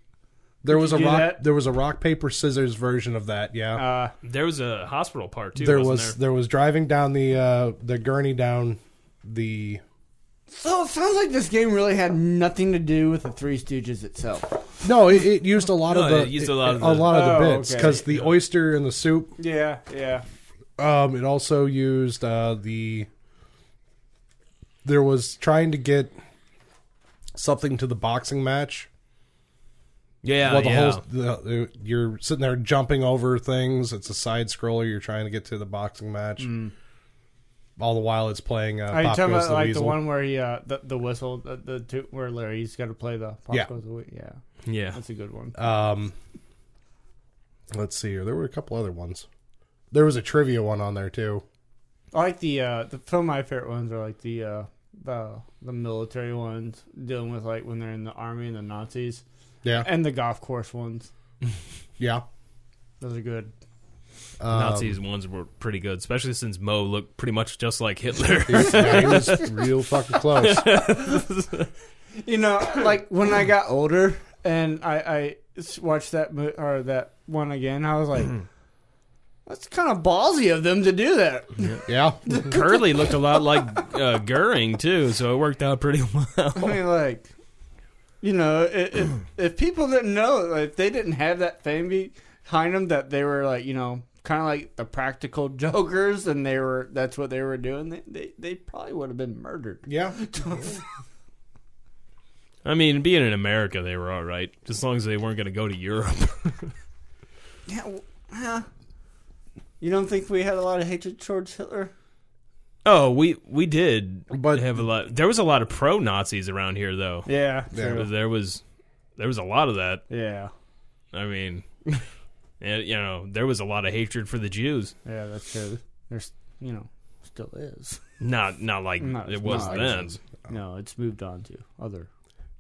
Speaker 7: there was a
Speaker 5: you do
Speaker 7: rock.
Speaker 5: that?
Speaker 7: There was a rock paper scissors version of that. Yeah.
Speaker 5: Uh,
Speaker 4: There was a hospital part too.
Speaker 7: there
Speaker 4: wasn't
Speaker 7: was there? was driving down the uh the gurney down the
Speaker 5: so it sounds like this game really had nothing to do with the Three Stooges itself.
Speaker 7: no it, it used a lot of
Speaker 4: No,
Speaker 7: the
Speaker 4: it used a lot of
Speaker 7: a
Speaker 4: the-
Speaker 7: lot of the
Speaker 5: Oh,
Speaker 7: bits
Speaker 5: okay.
Speaker 7: because the oyster and the soup
Speaker 5: Yeah, yeah.
Speaker 7: um it also used uh the there was trying to get something to the boxing match
Speaker 4: yeah,
Speaker 7: well the
Speaker 4: yeah.
Speaker 7: whole the, you're sitting there jumping over things it's a side scroller you're trying to get to the boxing match all the while it's playing uh,
Speaker 5: Mm. Are you
Speaker 7: Pop
Speaker 5: talking
Speaker 7: Goes
Speaker 5: about
Speaker 7: the
Speaker 5: like
Speaker 7: Weasel.
Speaker 5: the one where he uh, the the whistle the, the two, where Larry's got to play the pop
Speaker 7: Yeah.
Speaker 5: goes away? Yeah, Uh,
Speaker 4: yeah.
Speaker 5: that's a good one.
Speaker 7: Um, let's see here. There were a couple other ones. There was a trivia one on there too.
Speaker 5: I like the uh, the some of my favorite ones are like the uh, the the military ones dealing with like when they're in the army and the Nazis
Speaker 7: Yeah,
Speaker 5: and the golf course ones.
Speaker 7: yeah.
Speaker 5: Those are good.
Speaker 7: um,
Speaker 4: Nazis ones were pretty good, especially since Mo looked pretty much just like Hitler.
Speaker 7: yeah he was real fucking close.
Speaker 5: You know, like when I got older and I, I s- watched that mo- or that one again, I was like, that's kind of ballsy of them to do that.
Speaker 7: Yeah,
Speaker 4: Curly looked a lot like uh, Goering too, so it worked out pretty well.
Speaker 5: I mean, like, you know, if, if, if people didn't know, like, if they didn't have that fame behind them, that they were like, you know, kind of like the practical jokers, and they were that's what they were doing, they they, they probably would have been murdered.
Speaker 7: yeah.
Speaker 4: I mean, being in America, they were all right, as long as they weren't going to go to Europe.
Speaker 5: Yeah, well, huh. You don't think we had a lot of hatred towards Hitler?
Speaker 4: Oh, we we did,
Speaker 7: But-
Speaker 4: have a lot. There was a lot of pro Nazis around here, though.
Speaker 5: Yeah,
Speaker 7: true.
Speaker 4: There was there was a lot of that.
Speaker 5: yeah,
Speaker 4: I mean, and, you know, there was a lot of hatred for the Jews.
Speaker 5: yeah. That's true. There's, you know, still is.
Speaker 4: Not not like
Speaker 5: Not-
Speaker 4: it was
Speaker 5: not like
Speaker 4: then.
Speaker 5: No, it's moved on to other.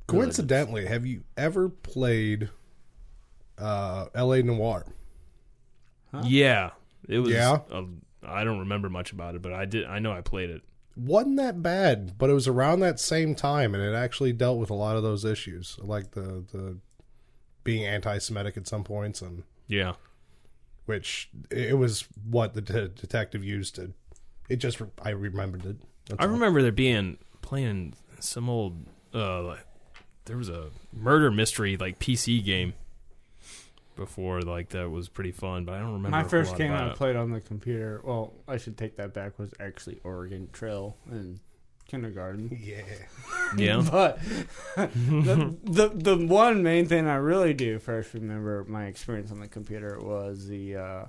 Speaker 7: Coincidentally, have you ever played uh, L.A. Noir?
Speaker 4: Yeah, it was.
Speaker 7: Yeah?
Speaker 4: a- I don't remember much about it, but I did. I know I played it.
Speaker 7: Wasn't that bad, but it was around that same time, and it actually dealt with a lot of those issues, like the the being anti-Semitic at some points, and
Speaker 4: Yeah.
Speaker 7: which it was what the de- detective used to. It just I remembered it. That's
Speaker 4: I
Speaker 7: all.
Speaker 4: remember there being playing some old uh like, there was a murder mystery like PC game before like that was pretty fun, but I don't remember.
Speaker 5: My
Speaker 4: a whole
Speaker 5: first
Speaker 4: lot
Speaker 5: game
Speaker 4: about
Speaker 5: I
Speaker 4: it.
Speaker 5: played on the computer, well, I should take that back, was actually Oregon Trail in kindergarten.
Speaker 7: Yeah.
Speaker 4: Yeah.
Speaker 5: But the, the the one main thing I really do first remember my experience on the computer was the uh,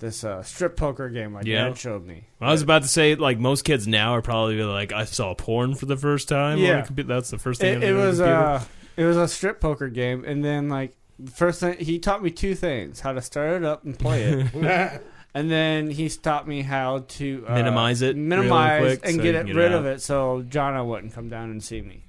Speaker 5: this uh, strip poker game my
Speaker 4: Yeah.
Speaker 5: dad showed me.
Speaker 4: I was about to say like most kids now are probably like I saw porn for the first time. on a
Speaker 5: Yeah.
Speaker 4: compu- that's the first thing.
Speaker 5: It,
Speaker 4: I
Speaker 5: it
Speaker 4: remember
Speaker 5: was
Speaker 4: on a computer.
Speaker 5: uh, it was a strip poker game, and then like First thing he taught me two things: how to start it up and play it, and then he taught me how to uh,
Speaker 4: Minimize it really
Speaker 5: minimize,
Speaker 4: quick
Speaker 5: and
Speaker 4: so
Speaker 5: get
Speaker 4: you
Speaker 5: it
Speaker 4: can get
Speaker 5: rid
Speaker 4: it
Speaker 5: of
Speaker 4: out.
Speaker 5: it, so Jonna wouldn't come down and see me.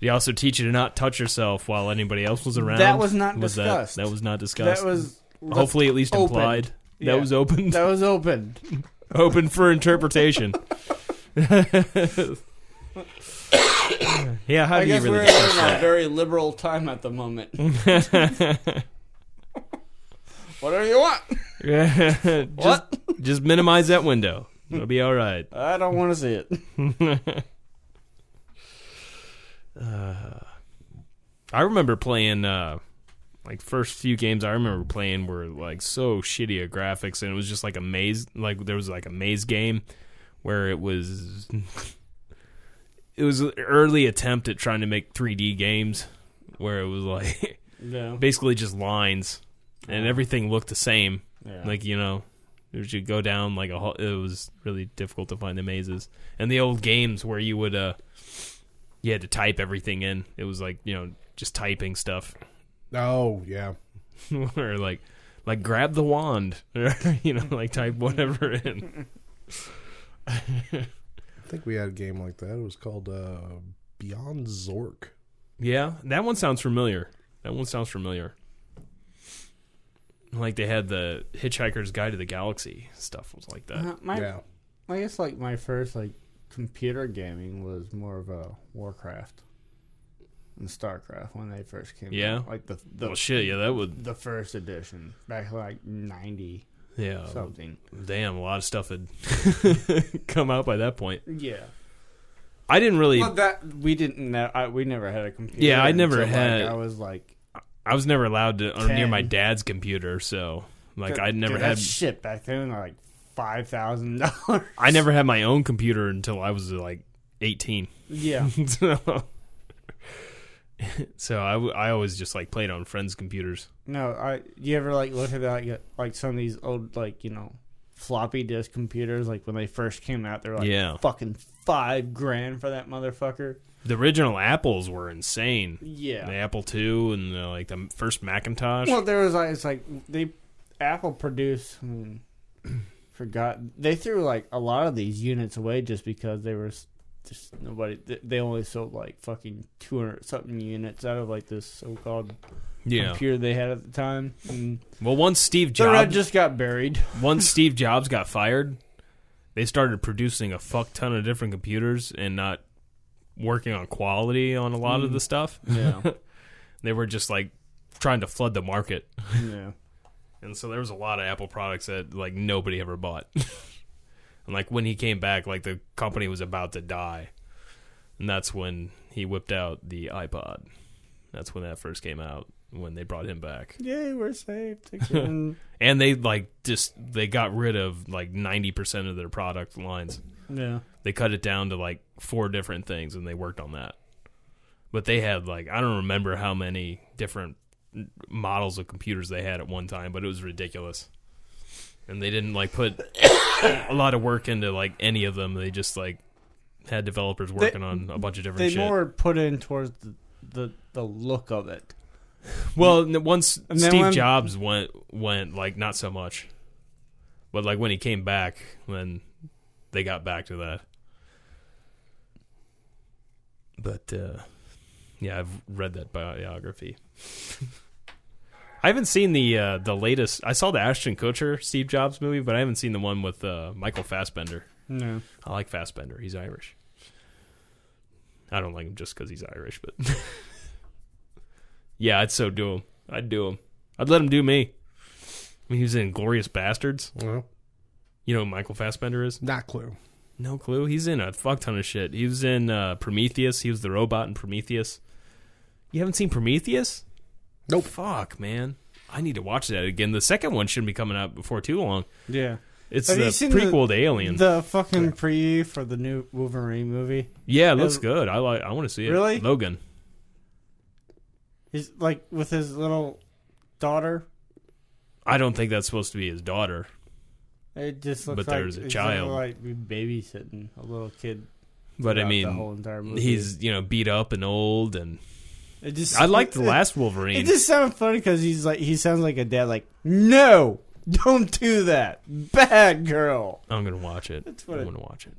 Speaker 4: He also teach you to not touch yourself while anybody else was around.
Speaker 5: That was not
Speaker 4: that-
Speaker 5: discussed.
Speaker 4: That, was not discussed.
Speaker 5: That was
Speaker 4: hopefully at least
Speaker 5: open.
Speaker 4: implied.
Speaker 5: Yeah.
Speaker 4: That was open,
Speaker 5: that was opened.
Speaker 4: open for interpretation. yeah, how
Speaker 5: I
Speaker 4: do you
Speaker 5: guess
Speaker 4: really?
Speaker 5: we're
Speaker 4: discuss
Speaker 5: in a very liberal time at the moment. Whatever you want.
Speaker 4: Yeah, just, just minimize that window. It'll be all right.
Speaker 5: I don't want to see it.
Speaker 4: I remember playing uh like first few games I remember playing were like so shitty at graphics and it was just like a maze like there was like a maze game where it was it was an early attempt at trying to make 3D games where it was like
Speaker 5: No.
Speaker 4: basically just lines and everything looked the same like you know you should go down like a ho- it was really difficult to find the mazes and the old games where you would uh you had to type everything in it was like you know just typing stuff
Speaker 7: Oh yeah.
Speaker 4: or like like grab the wand or you know like type whatever in
Speaker 7: I think we had a game like that. It was called uh, Beyond Zork.
Speaker 4: yeah that one sounds familiar that one sounds familiar like they had the hitchhiker's guide to the galaxy stuff was like that
Speaker 5: Uh, my,
Speaker 7: yeah.
Speaker 5: I guess like my first like computer gaming was more of a Warcraft and Starcraft when they first came.
Speaker 4: Yeah?
Speaker 5: out. like the the
Speaker 4: well Oh, shit yeah that would
Speaker 5: the first edition back like ninety
Speaker 4: yeah
Speaker 5: something.
Speaker 4: Damn, a lot of stuff had come out by that point.
Speaker 5: Yeah,
Speaker 4: I didn't really.
Speaker 5: well, that we didn't. know I, we never had a computer.
Speaker 4: Yeah, I never
Speaker 5: until, like,
Speaker 4: had-
Speaker 5: I was like,
Speaker 4: I was never allowed to or near my
Speaker 5: Ten.
Speaker 4: dad's computer, so like
Speaker 5: "Dude,
Speaker 4: I never
Speaker 5: that
Speaker 4: had.
Speaker 5: shit back then. Like five thousand dollars.
Speaker 4: I never had my own computer until I was uh, like eighteen.
Speaker 5: Yeah,
Speaker 4: so, so I, w- I always just like played on friends' computers.
Speaker 5: No, I. You ever like look at that like, like some of these old like you know floppy disk computers like when they first came out they're like
Speaker 4: Yeah.
Speaker 5: fucking five grand for that motherfucker.
Speaker 4: The original Apples were insane.
Speaker 5: Yeah.
Speaker 4: The Apple II and the, like the first Macintosh.
Speaker 5: Well, there was like it's like they Apple produced. I mean, forgot they threw like a lot of these units away just because they were s- just nobody. th- They only sold like fucking two hundred something units out of like this so-called
Speaker 4: yeah.
Speaker 5: computer they had at the time. And
Speaker 4: Well, once Steve
Speaker 5: the red
Speaker 4: Jobs
Speaker 5: just got buried.
Speaker 4: once Steve Jobs got fired, they started producing a fuck ton of different computers and not working on quality on a lot of the stuff.
Speaker 5: Yeah.
Speaker 4: They were just like trying to flood the market.
Speaker 5: yeah.
Speaker 4: And so there was a lot of Apple products that like nobody ever bought. and like when he came back, like the company was about to die. And that's when he whipped out the iPod. That's when that first came out when they brought him back.
Speaker 5: yay, we're saved again.
Speaker 4: And they like just they got rid of like 90% of their product lines.
Speaker 5: yeah.
Speaker 4: they cut it down to like four different things and they worked on that but they had like i don't remember how many different n- models of computers they had at one time but it was ridiculous and they didn't like put a lot of work into like any of them they just like had developers working on a bunch of different
Speaker 5: They
Speaker 4: shit
Speaker 5: more put in towards the, the, the look of it.
Speaker 4: well n- once
Speaker 5: And then
Speaker 4: steve
Speaker 5: when-
Speaker 4: jobs went went like not so much but like when he came back then they got back to that but uh yeah i've read that biography i haven't seen the uh the latest i saw the ashton kutcher steve jobs movie but i haven't seen the one with uh michael fassbender
Speaker 5: No.
Speaker 4: i like fassbender he's irish i don't like him just because he's irish but yeah i'd so do him i'd do him i'd let him do me i mean he was in glorious bastards
Speaker 7: Well,
Speaker 4: you know who michael fassbender is
Speaker 7: not clue.
Speaker 4: no clue. He's in a fuck ton of shit. He was in uh, Prometheus. He was the robot in Prometheus. You haven't seen Prometheus?
Speaker 7: Nope.
Speaker 4: Fuck, man. I need to watch that again. The second one shouldn't be coming out before too long.
Speaker 5: Yeah.
Speaker 4: It's
Speaker 5: Have
Speaker 4: the
Speaker 5: you seen
Speaker 4: prequel
Speaker 5: the-
Speaker 4: to Alien.
Speaker 5: The fucking preview for the new Wolverine movie.
Speaker 4: yeah, it looks
Speaker 5: Have-
Speaker 4: good. I like. I want to see it.
Speaker 5: Really?
Speaker 4: Logan.
Speaker 5: He's like with his little daughter.
Speaker 4: I don't think that's supposed to be his daughter.
Speaker 5: It just looks
Speaker 4: But
Speaker 5: like
Speaker 4: there's a
Speaker 5: it's
Speaker 4: child.
Speaker 5: like babysitting a little kid.
Speaker 4: But I
Speaker 5: throughout
Speaker 4: mean,
Speaker 5: the whole entire movie.
Speaker 4: he's you know beat up and old, and
Speaker 5: It just
Speaker 4: I liked the
Speaker 5: it-
Speaker 4: last
Speaker 5: It
Speaker 4: Wolverine.
Speaker 5: just sounds funny because he's like he sounds like a dad. Like no, don't do that, bad girl.
Speaker 4: I'm gonna watch it.
Speaker 5: That's what
Speaker 4: I'm
Speaker 5: it-
Speaker 4: gonna watch it.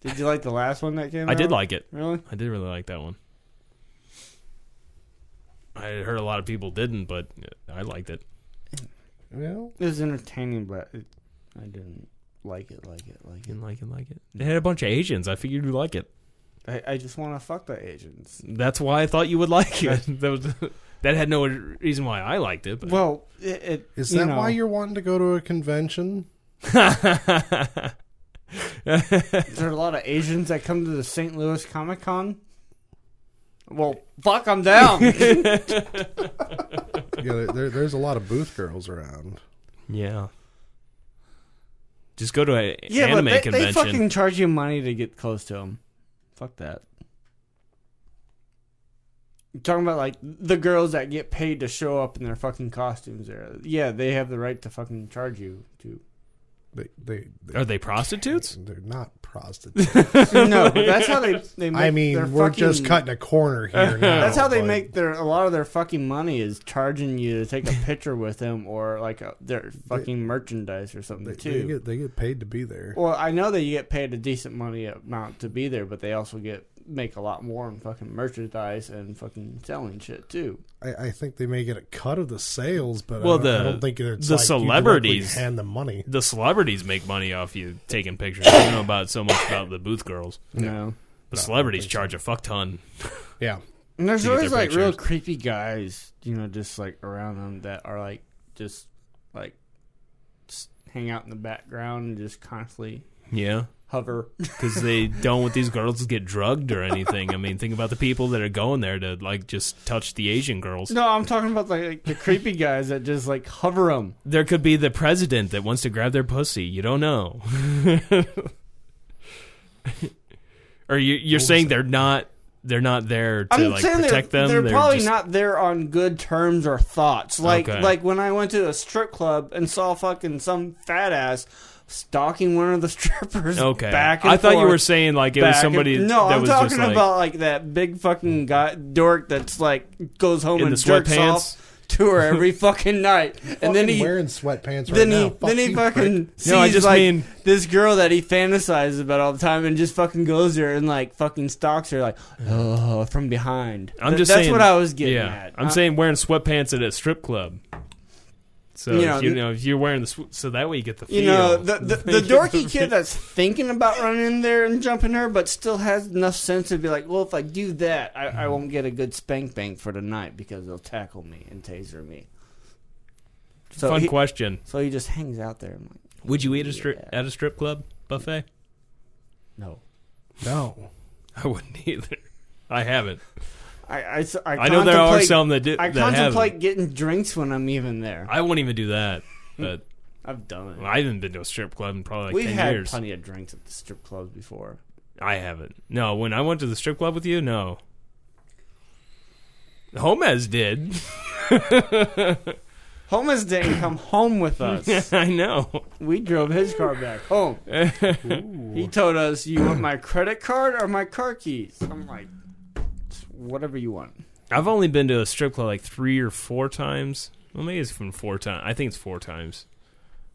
Speaker 5: Did you like the last one that came?
Speaker 4: I did
Speaker 5: out?
Speaker 4: like it.
Speaker 5: Really?
Speaker 4: I did really like that one. I heard a lot of people didn't, but I liked it.
Speaker 7: Well,
Speaker 5: It was entertaining, but it, I didn't like it. Like it. Like it.
Speaker 4: Didn't like it, like it. It had a bunch of Asians. I figured you'd like it.
Speaker 5: I, I just want to fuck the agents.
Speaker 4: That's why I thought you would like it. that, was, that had no reason why I liked it. But.
Speaker 5: Well, it, it
Speaker 7: is
Speaker 5: you
Speaker 7: that
Speaker 5: know,
Speaker 7: why you're wanting to go to a convention?
Speaker 5: There are a lot of Asians that come to the St. Louis Comic Con. Well, fuck, I'm down.
Speaker 7: Yeah, there- there, there's a lot of booth girls around.
Speaker 4: yeah. Just go to an
Speaker 5: yeah,
Speaker 4: anime
Speaker 5: but they, they
Speaker 4: convention.
Speaker 5: fucking charge you money to get close to them. Fuck that. You're talking about like the girls that get paid to show up in their fucking costumes. There, yeah, they have the right to fucking charge you to.
Speaker 7: They, they, they
Speaker 4: Are they prostitutes?
Speaker 7: They're not prostitutes.
Speaker 5: no, but that's how they they. Make
Speaker 7: I
Speaker 5: their
Speaker 7: mean, we're just
Speaker 5: fucking-
Speaker 7: cutting a corner here. Now,
Speaker 5: That's how they
Speaker 7: but-
Speaker 5: make their a lot of their fucking money is charging you to take a picture with them or like a, their fucking merchandise or something
Speaker 7: They,
Speaker 5: too.
Speaker 7: they get they get paid to be there.
Speaker 5: Well, I know that you get paid a decent money amount to be there, but they also get make a lot more on fucking merchandise and fucking selling shit too.
Speaker 7: I, I think they may get a cut of the sales, but
Speaker 4: Well,
Speaker 7: I, don't, I
Speaker 4: the-
Speaker 7: don't think it's
Speaker 4: the
Speaker 7: like you directly
Speaker 4: celebrities-
Speaker 7: hand them money.
Speaker 4: The celebrities make money off you taking pictures. I don't know about so much about the booth girls.
Speaker 5: You know,
Speaker 4: The celebrities charge a fuck ton.
Speaker 7: Yeah,
Speaker 5: and there's
Speaker 4: To get
Speaker 5: always
Speaker 4: their
Speaker 5: like real
Speaker 4: pictures.
Speaker 5: creepy guys, you know, just like around them that are like just like just hang out in the background and just constantly
Speaker 4: Yeah.
Speaker 5: hover.
Speaker 4: because they don't want these girls to get drugged or anything. I mean, think about the people that are going there to like just touch the Asian girls.
Speaker 5: No, I'm talking about like, like the creepy guys that just like hover them.
Speaker 4: There could be the president that wants to grab their pussy. You don't know. or you, you're saying they're not they're not there to
Speaker 5: I'm
Speaker 4: like
Speaker 5: saying
Speaker 4: protect
Speaker 5: they're,
Speaker 4: them.
Speaker 5: They're, probably
Speaker 4: just-
Speaker 5: not there on good terms or thoughts. Like
Speaker 4: Okay.
Speaker 5: like when I went to a strip club and saw fucking some fat ass stalking one of the strippers.
Speaker 4: Okay,
Speaker 5: back. And
Speaker 4: I thought you
Speaker 5: forth,
Speaker 4: were saying like it
Speaker 5: back
Speaker 4: was somebody.
Speaker 5: And, no,
Speaker 4: that
Speaker 5: I'm
Speaker 4: was
Speaker 5: talking
Speaker 4: just, like,
Speaker 5: about like that big fucking guy dork that's like goes home
Speaker 4: in
Speaker 5: and
Speaker 4: the
Speaker 5: jerks
Speaker 4: sweatpants.
Speaker 5: off to her every fucking night, and then
Speaker 7: Fucking
Speaker 5: he.
Speaker 7: wearing sweatpants right
Speaker 5: then
Speaker 7: now.
Speaker 5: he,
Speaker 7: Fuck
Speaker 5: then he
Speaker 7: you,
Speaker 5: fucking
Speaker 7: prick.
Speaker 5: sees
Speaker 4: No, I just
Speaker 5: like
Speaker 4: mean-
Speaker 5: this girl that he fantasizes about all the time, and just fucking goes there and like fucking stalks her like, oh, from behind.
Speaker 4: I'm
Speaker 5: Th-
Speaker 4: just
Speaker 5: that's
Speaker 4: saying,
Speaker 5: what I was getting
Speaker 4: yeah,
Speaker 5: at.
Speaker 4: I'm
Speaker 5: Uh,
Speaker 4: saying wearing sweatpants at a strip club. So
Speaker 5: You
Speaker 4: if
Speaker 5: know,
Speaker 4: you know if you're wearing the sw- so that way you get the feel.
Speaker 5: you know the the, the dorky kid that's thinking about running in there and jumping her, but still has enough sense to be like, well, if I do that, I, I won't get a good spank bang for tonight because they'll tackle me and taser me. So
Speaker 4: Fun
Speaker 5: he,
Speaker 4: question.
Speaker 5: so he just hangs out there. I'm like,
Speaker 4: Would you eat a strip
Speaker 5: Yeah.
Speaker 4: at a strip club buffet?
Speaker 5: no.
Speaker 7: No,
Speaker 4: I wouldn't either. I haven't.
Speaker 5: I, I, s- I
Speaker 4: I know there are
Speaker 5: contemplate-
Speaker 4: some that do.
Speaker 5: I
Speaker 4: that
Speaker 5: contemplate
Speaker 4: haven't.
Speaker 5: getting drinks when I'm even there.
Speaker 4: I won't even do that. But
Speaker 5: I've done it.
Speaker 4: I haven't been to a strip club in probably like
Speaker 5: We've
Speaker 4: ten
Speaker 5: had
Speaker 4: years.
Speaker 5: plenty of drinks at the strip clubs before.
Speaker 4: I haven't. No, when I went to the strip club with you, no. Gomez did.
Speaker 5: Homeless didn't come home with us.
Speaker 4: I know.
Speaker 5: We drove his car back home. he told us, "You want my credit card or my car keys?" I'm like, "Whatever you want."
Speaker 4: I've only been to a strip club like three or four times. Well, maybe it's from four times. I think it's four times.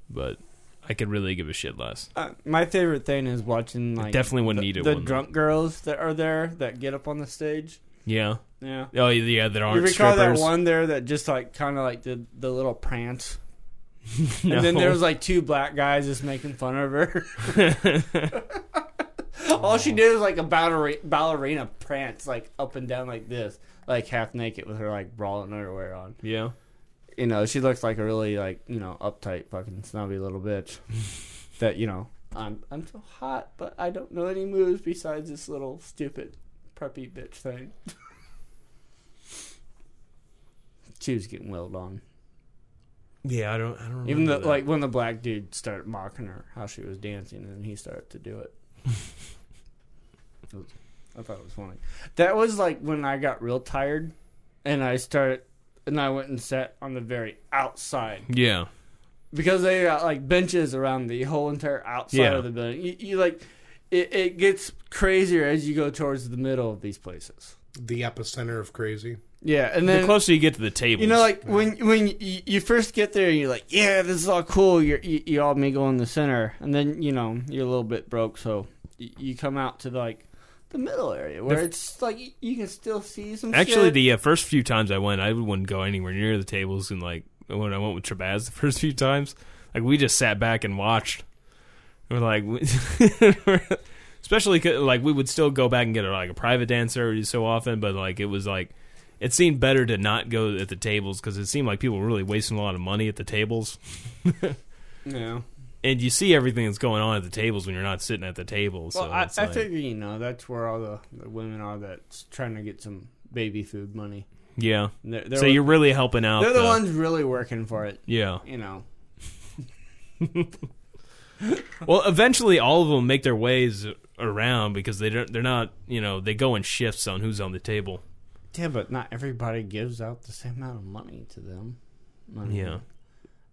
Speaker 4: But I could really give a shit less.
Speaker 5: Uh, my favorite thing is watching like
Speaker 4: Definitely wouldn't
Speaker 5: the,
Speaker 4: eat it.
Speaker 5: the
Speaker 4: one, though.
Speaker 5: drunk girls that are there that get up on the stage.
Speaker 4: Yeah.
Speaker 5: Yeah,
Speaker 4: Oh yeah, there
Speaker 5: you
Speaker 4: aren't
Speaker 5: recall
Speaker 4: strippers.
Speaker 5: that one there that just like kind of like did the little prance,
Speaker 4: No.
Speaker 5: and then there was like two black guys just making fun of her. All she did was like a ballerina, ballerina prance, like up and down like this, like half naked with her like bra and underwear on.
Speaker 4: yeah.
Speaker 5: You know, she looks like a really like you know uptight fucking snobby little bitch. that you know, I'm I'm so hot, but I don't know any moves besides this little stupid preppy bitch thing. she was getting wailed on,
Speaker 4: Yeah, I don't. I don't.
Speaker 5: even
Speaker 4: remember
Speaker 5: though
Speaker 4: that.
Speaker 5: like when the black dude started mocking her how she was dancing, and he started to do it. It was- I thought it was funny. That was like when I got real tired, and I started, and I went and sat on the very outside
Speaker 4: Yeah.
Speaker 5: because they got like benches around the whole entire outside
Speaker 4: Yeah.
Speaker 5: of the building. You, you like it, it gets crazier as you go towards the middle of these places.
Speaker 7: The epicenter of crazy.
Speaker 5: Yeah, and
Speaker 4: The
Speaker 5: then
Speaker 4: closer you get to the table,
Speaker 5: you know, like when when y- you first get there, you're like, yeah, this is all cool. You're, you you all mingle in the center, and then you know you're a little bit broke, so y- you come out to like the middle area where
Speaker 4: The f-
Speaker 5: it's like y- you can still see some.
Speaker 4: Actually,
Speaker 5: shit.
Speaker 4: the uh, first few times I went, I wouldn't go anywhere near the tables. And like when I went with Trebaz the first few times, like we just sat back and watched. And We're like, we- especially 'cause, like we would still go back and get like a private dancer every so often, but like it was like it seemed better to not go at the tables because it seemed like people were really wasting a lot of money at the tables.
Speaker 5: yeah.
Speaker 4: And you see everything that's going on at the tables when you're not sitting at the table. So
Speaker 5: Well, I,
Speaker 4: it's
Speaker 5: I
Speaker 4: like-
Speaker 5: figure you know that's where all the, the women are that's trying to get some baby food money.
Speaker 4: yeah.
Speaker 5: And They're, they're,
Speaker 4: so you're really helping out.
Speaker 5: they're the ones really working for it.
Speaker 4: Yeah.
Speaker 5: You know.
Speaker 4: Well, eventually, all of them make their ways around because they don't. They're not. You know, they go in shifts on who's on the table.
Speaker 5: Yeah, but not everybody gives out the same amount of money to them. I mean,
Speaker 4: Yeah.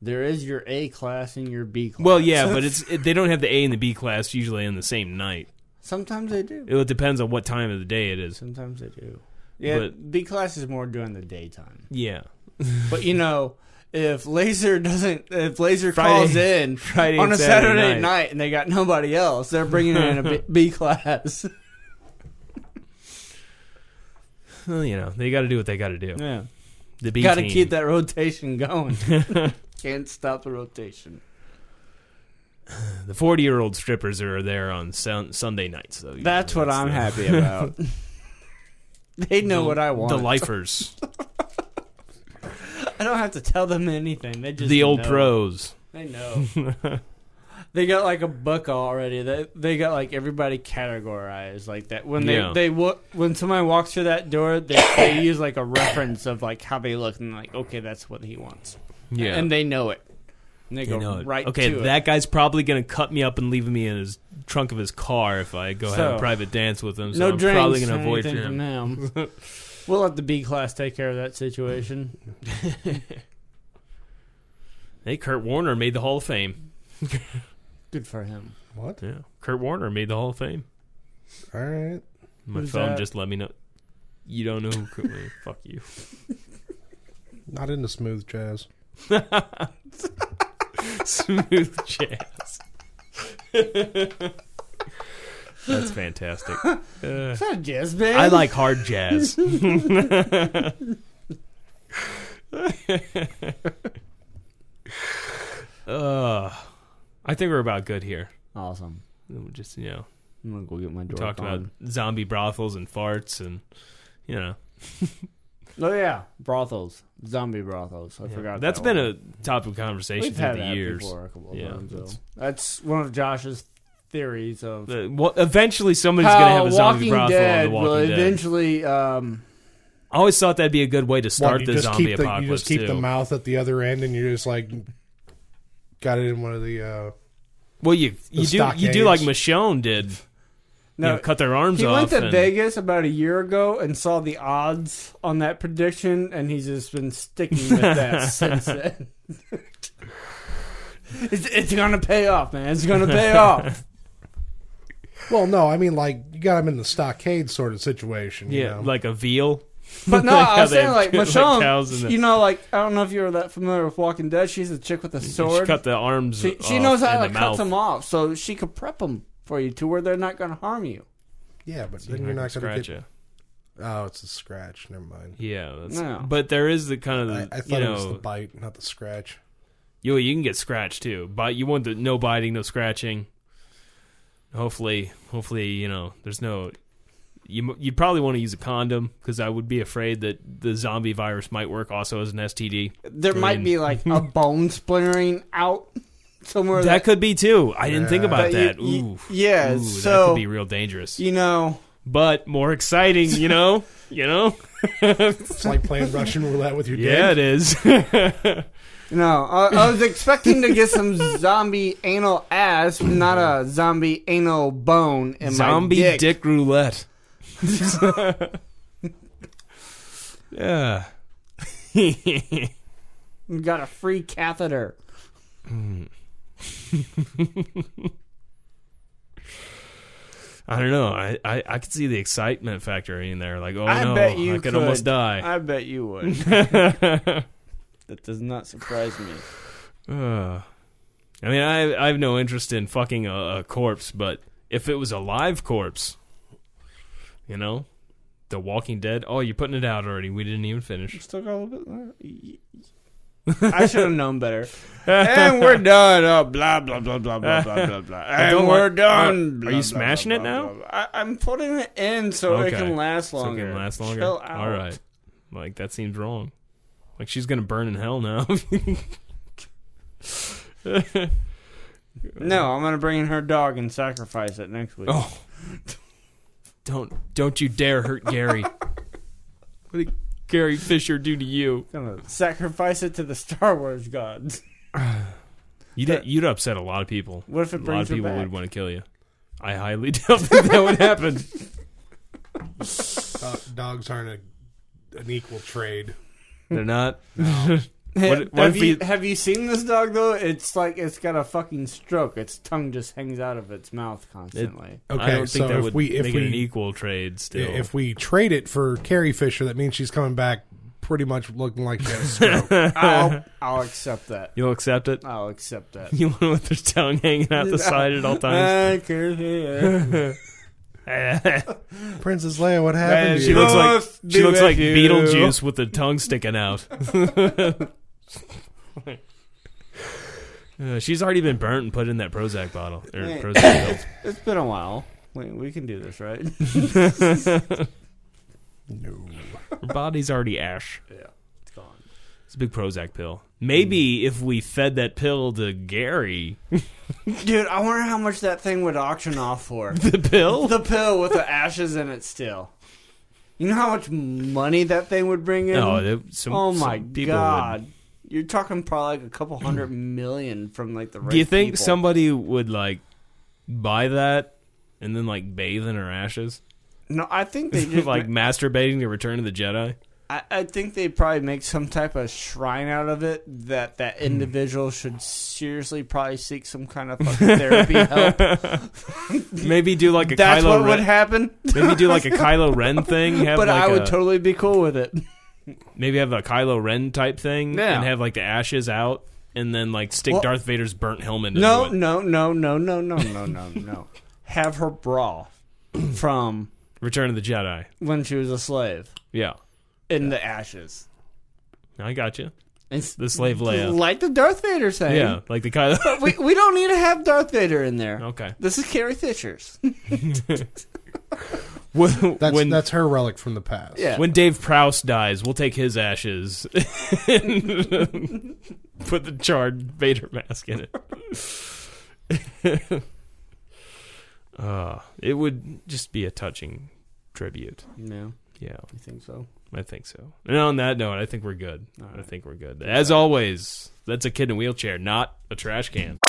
Speaker 5: There is your A class and your B class.
Speaker 4: Well, yeah, but it's it, they don't have the A and the B class usually in the same night.
Speaker 5: sometimes they do.
Speaker 4: It depends on what time of the day it is.
Speaker 5: Sometimes they do. Yeah,
Speaker 4: But-
Speaker 5: B class is more during the daytime.
Speaker 4: Yeah.
Speaker 5: But you know, if Laser doesn't, if Laser
Speaker 4: Friday-
Speaker 5: calls in
Speaker 4: Friday
Speaker 5: on
Speaker 4: and
Speaker 5: a
Speaker 4: Saturday night.
Speaker 5: Saturday, night. and they got nobody else, they're bringing in a B, B class.
Speaker 4: Well, you know, they got to do what they got to do.
Speaker 5: Yeah,
Speaker 4: The B
Speaker 5: got to
Speaker 4: team.
Speaker 5: keep that rotation going. Can't stop the rotation.
Speaker 4: The forty-year-old strippers are there on sun- Sunday nights, though.
Speaker 5: That's what I'm
Speaker 4: having.
Speaker 5: happy about. they know what I want.
Speaker 4: The lifers,
Speaker 5: I don't have to tell them anything. They just
Speaker 4: the old
Speaker 5: know.
Speaker 4: pros.
Speaker 5: They know. they got like a book already. They they got like everybody categorized like that. When they
Speaker 4: Yeah.
Speaker 5: they wa- when somebody walks through that door, they, they use like a reference of like how they look and like okay, that's what he wants.
Speaker 4: Yeah.
Speaker 5: and they know it. And they,
Speaker 4: You
Speaker 5: go
Speaker 4: know it.
Speaker 5: right
Speaker 4: okay,
Speaker 5: to
Speaker 4: that guy's probably gonna cut me up and leave me in his trunk of his car if I go have a
Speaker 5: So,
Speaker 4: private dance with him.
Speaker 5: it.
Speaker 4: So
Speaker 5: No
Speaker 4: I'm
Speaker 5: drinks.
Speaker 4: probably gonna
Speaker 5: or
Speaker 4: avoid
Speaker 5: anything from
Speaker 4: him.
Speaker 5: them. we'll let the B class take care of that situation.
Speaker 4: Hey, Kurt Warner made the Hall of Fame.
Speaker 5: Good for him.
Speaker 7: What?
Speaker 4: Yeah, Kurt Warner made the Hall of Fame.
Speaker 7: All right.
Speaker 4: My
Speaker 5: Who's
Speaker 4: phone
Speaker 5: that?
Speaker 4: just let me know. You don't know who Kurt Warner? Fuck you.
Speaker 7: Not into smooth jazz.
Speaker 4: Smooth jazz. That's fantastic.
Speaker 5: Is that a jazz band?
Speaker 4: Uh, I like hard jazz. uh, I think we're about good here.
Speaker 5: Awesome.
Speaker 4: We'll Just you know,
Speaker 5: I'm gonna go get my door.
Speaker 4: talked about zombie brothels and farts, and you know,
Speaker 5: Oh yeah, brothels, zombie brothels. I forgot.
Speaker 4: that's
Speaker 5: that
Speaker 4: been
Speaker 5: one.
Speaker 4: a topic of conversation
Speaker 5: We've
Speaker 4: through
Speaker 5: had
Speaker 4: the
Speaker 5: that
Speaker 4: years.
Speaker 5: before a couple of
Speaker 4: Yeah,
Speaker 5: times,
Speaker 4: that's-
Speaker 5: though. That's one of Josh's theories of
Speaker 4: The- well, eventually, somebody's going to have a zombie
Speaker 5: Walking
Speaker 4: brothel on
Speaker 5: Dead
Speaker 4: The Walking
Speaker 5: will
Speaker 4: Dead.
Speaker 5: eventually. Um,
Speaker 4: I always thought that'd be a good way to
Speaker 7: What,
Speaker 4: start
Speaker 7: you
Speaker 4: the
Speaker 7: just
Speaker 4: zombie
Speaker 7: keep
Speaker 4: apocalypse
Speaker 7: The, you just keep
Speaker 4: too.
Speaker 7: the mouth at the other end, and you just like got it in one of the. Uh,
Speaker 4: well, you you do you do
Speaker 7: stockades.
Speaker 4: like Michonne did.
Speaker 5: no,
Speaker 4: you know, cut their arms
Speaker 5: he
Speaker 4: off.
Speaker 5: went to
Speaker 4: and-
Speaker 5: Vegas about a year ago and saw the odds on that prediction, and he's just been sticking with that since then. it's, it's gonna pay off, man. It's gonna pay off.
Speaker 7: well, no, I mean like you got them in the stockade sort of situation. you
Speaker 4: Yeah,
Speaker 7: know?
Speaker 4: like a veal.
Speaker 5: But no,
Speaker 4: Like how
Speaker 5: I was
Speaker 4: they
Speaker 5: saying
Speaker 4: have
Speaker 5: like
Speaker 4: two, like,
Speaker 5: Michonne.
Speaker 4: cows in the-
Speaker 5: you know, like I don't know if you were that familiar with Walking Dead. She's a chick with a
Speaker 4: She
Speaker 5: sword.
Speaker 4: cut the arms.
Speaker 5: She, she
Speaker 4: off
Speaker 5: knows how
Speaker 4: and
Speaker 5: to
Speaker 4: the
Speaker 5: cut
Speaker 4: mouth.
Speaker 5: them off, so she could prep them for you to where they're not going to harm you.
Speaker 7: yeah, but
Speaker 4: You
Speaker 7: then you're
Speaker 4: can
Speaker 7: not gonna
Speaker 4: scratch
Speaker 7: get. Oh, it's a scratch. Never mind.
Speaker 4: it. Yeah, that's,
Speaker 5: No.
Speaker 4: but there is the kind of
Speaker 7: I,
Speaker 4: the, Uh,
Speaker 7: I
Speaker 4: you
Speaker 7: thought it was the
Speaker 4: know,
Speaker 7: bite, not the scratch.
Speaker 4: you you can get scratched too. But you want the no biting, no scratching. Hopefully, hopefully you know there's no. You m- you'd probably want to use a condom because I would be afraid that the zombie virus might work also as an STD.
Speaker 5: There
Speaker 4: I
Speaker 5: might
Speaker 4: mean-
Speaker 5: be like a bone splintering out somewhere.
Speaker 4: That could be too. I didn't think
Speaker 7: Yeah.
Speaker 4: about that.
Speaker 5: That you-
Speaker 4: Ooh,
Speaker 5: you- yeah,
Speaker 4: Ooh, that
Speaker 5: so-
Speaker 4: could be real dangerous.
Speaker 5: you know.
Speaker 4: But more exciting, you know, you know.
Speaker 7: It's like playing Russian roulette with your
Speaker 4: Yeah, it
Speaker 7: dick.
Speaker 4: is.
Speaker 5: No, I, I was expecting to get some zombie anal ass, but not a zombie anal bone in
Speaker 4: Zombie
Speaker 5: my
Speaker 4: dick.
Speaker 5: dick.
Speaker 4: roulette. yeah.
Speaker 5: Got a free catheter.
Speaker 4: I don't know. I, I, I could see the excitement factor in there. Like, oh
Speaker 5: I
Speaker 4: no,
Speaker 5: bet you
Speaker 4: I could, almost die.
Speaker 5: I bet you would. that does not surprise me.
Speaker 4: Ugh. I mean, I I have no interest in fucking a, a corpse, but if it was a live corpse, you know, The Walking Dead. Oh, you're putting it out already. We didn't even finish.
Speaker 5: Still got a little bit. left. I should have known better. and we're done. Oh, blah blah blah blah blah blah blah blah.
Speaker 4: don't
Speaker 5: And
Speaker 4: want-
Speaker 5: we're done.
Speaker 4: Are-
Speaker 5: blah,
Speaker 4: are you
Speaker 5: blah,
Speaker 4: smashing
Speaker 5: blah,
Speaker 4: it
Speaker 5: blah,
Speaker 4: now?
Speaker 5: blah, blah. I, I'm putting it in so
Speaker 4: Okay.
Speaker 5: it can last
Speaker 4: So it
Speaker 5: longer.
Speaker 4: can last longer.
Speaker 5: Chill out.
Speaker 4: All right. Like that seems wrong. Like she's gonna burn in hell now.
Speaker 5: No, I'm gonna bring in her dog and sacrifice it next week.
Speaker 4: oh, don't don't you dare hurt Gary. what did Gary Fisher do to you?
Speaker 5: Gonna sacrifice it to the Star Wars gods.
Speaker 4: You did, you'd upset a lot of people.
Speaker 5: What if
Speaker 4: a
Speaker 5: it
Speaker 4: lot
Speaker 5: brings
Speaker 4: of
Speaker 5: her
Speaker 4: people
Speaker 5: back?
Speaker 4: would want to kill you. I highly doubt that, that would happen.
Speaker 7: Do- Uh, dogs aren't a, an equal trade.
Speaker 4: They're not.
Speaker 5: Have-
Speaker 4: what
Speaker 5: have
Speaker 4: if
Speaker 5: you
Speaker 4: he-
Speaker 5: have you seen this dog though? It's like it's got a fucking stroke. Its tongue just hangs out of its mouth constantly.
Speaker 7: Okay,
Speaker 4: I don't think
Speaker 7: so
Speaker 4: that
Speaker 7: if
Speaker 4: would
Speaker 7: we if
Speaker 4: make
Speaker 7: we
Speaker 4: it an equal trade. Still,
Speaker 7: if we trade it for Carrie Fisher, that means she's coming back pretty much looking like she had a stroke.
Speaker 5: I'll, I'll accept that.
Speaker 4: you'll accept it.
Speaker 5: I'll accept that.
Speaker 4: You want with their tongue hanging out the side at all times.
Speaker 5: I can't hear.
Speaker 7: Princess Leia, what happened? to
Speaker 4: she
Speaker 7: you?
Speaker 4: looks like
Speaker 5: Must be
Speaker 4: she looks like
Speaker 5: with you.
Speaker 4: Beetlejuice with the tongue sticking out. Uh, she's already been burnt and put in that Prozac bottle or
Speaker 5: Yeah.
Speaker 4: Prozac pill.
Speaker 5: it's been a while. Wait, we can do this, right?
Speaker 7: no.
Speaker 4: Her body's already ash.
Speaker 5: yeah, it's gone.
Speaker 4: It's a big Prozac pill. Maybe
Speaker 5: Mm.
Speaker 4: if we fed that pill to Gary,
Speaker 5: Dude, I wonder how much that thing would auction off for.
Speaker 4: the pill.
Speaker 5: the pill with the ashes in it still. You know how much money that thing would bring in?
Speaker 4: No, they- some-
Speaker 5: oh my
Speaker 4: some people would-
Speaker 5: god. You're talking probably like a couple hundred million from like the right
Speaker 4: Do you think
Speaker 5: people.
Speaker 4: somebody would like buy that and then like bathe in her ashes,
Speaker 5: No, I think they just
Speaker 4: like masturbating to Return of the Jedi?
Speaker 5: I, I think they probably make some type of shrine out of it that
Speaker 4: Hmm.
Speaker 5: that individual should seriously probably seek some kind of fucking therapy help.
Speaker 4: Maybe do like a
Speaker 5: That's
Speaker 4: Kylo
Speaker 5: what
Speaker 4: Ren.
Speaker 5: would happen.
Speaker 4: maybe do like a Kylo Ren thing. Have
Speaker 5: But
Speaker 4: like
Speaker 5: I would
Speaker 4: a,
Speaker 5: totally be cool with it.
Speaker 4: maybe have a Kylo Ren type thing
Speaker 5: Yeah.
Speaker 4: and have like the ashes out and then like stick
Speaker 5: Well-
Speaker 4: Darth Vader's burnt helmet.
Speaker 5: No,
Speaker 4: into it.
Speaker 5: no, no, no, no, no, no, no, no. Have her bra from
Speaker 4: Return of the Jedi.
Speaker 5: when she was a slave
Speaker 4: Yeah,
Speaker 5: in the ashes.
Speaker 4: I got you.
Speaker 5: It's
Speaker 4: The slave Leia.
Speaker 5: like the Darth Vader thing.
Speaker 4: Yeah, like the Kylo.
Speaker 5: We, we don't need to have Darth Vader in there.
Speaker 4: okay,
Speaker 5: This is Carrie Fisher's.
Speaker 4: when
Speaker 7: That's
Speaker 4: when,
Speaker 7: that's her relic from the past.
Speaker 5: Yeah.
Speaker 4: when Dave Prouse dies, we'll take his ashes and put the charred Vader mask in it. uh, it would just be a touching tribute.
Speaker 5: No,
Speaker 4: Yeah.
Speaker 5: I think so.
Speaker 4: I think so. And on that note, I think we're good.
Speaker 5: All
Speaker 4: I
Speaker 5: right.
Speaker 4: think we're good. As always, that's a kid in a wheelchair, not a trash can.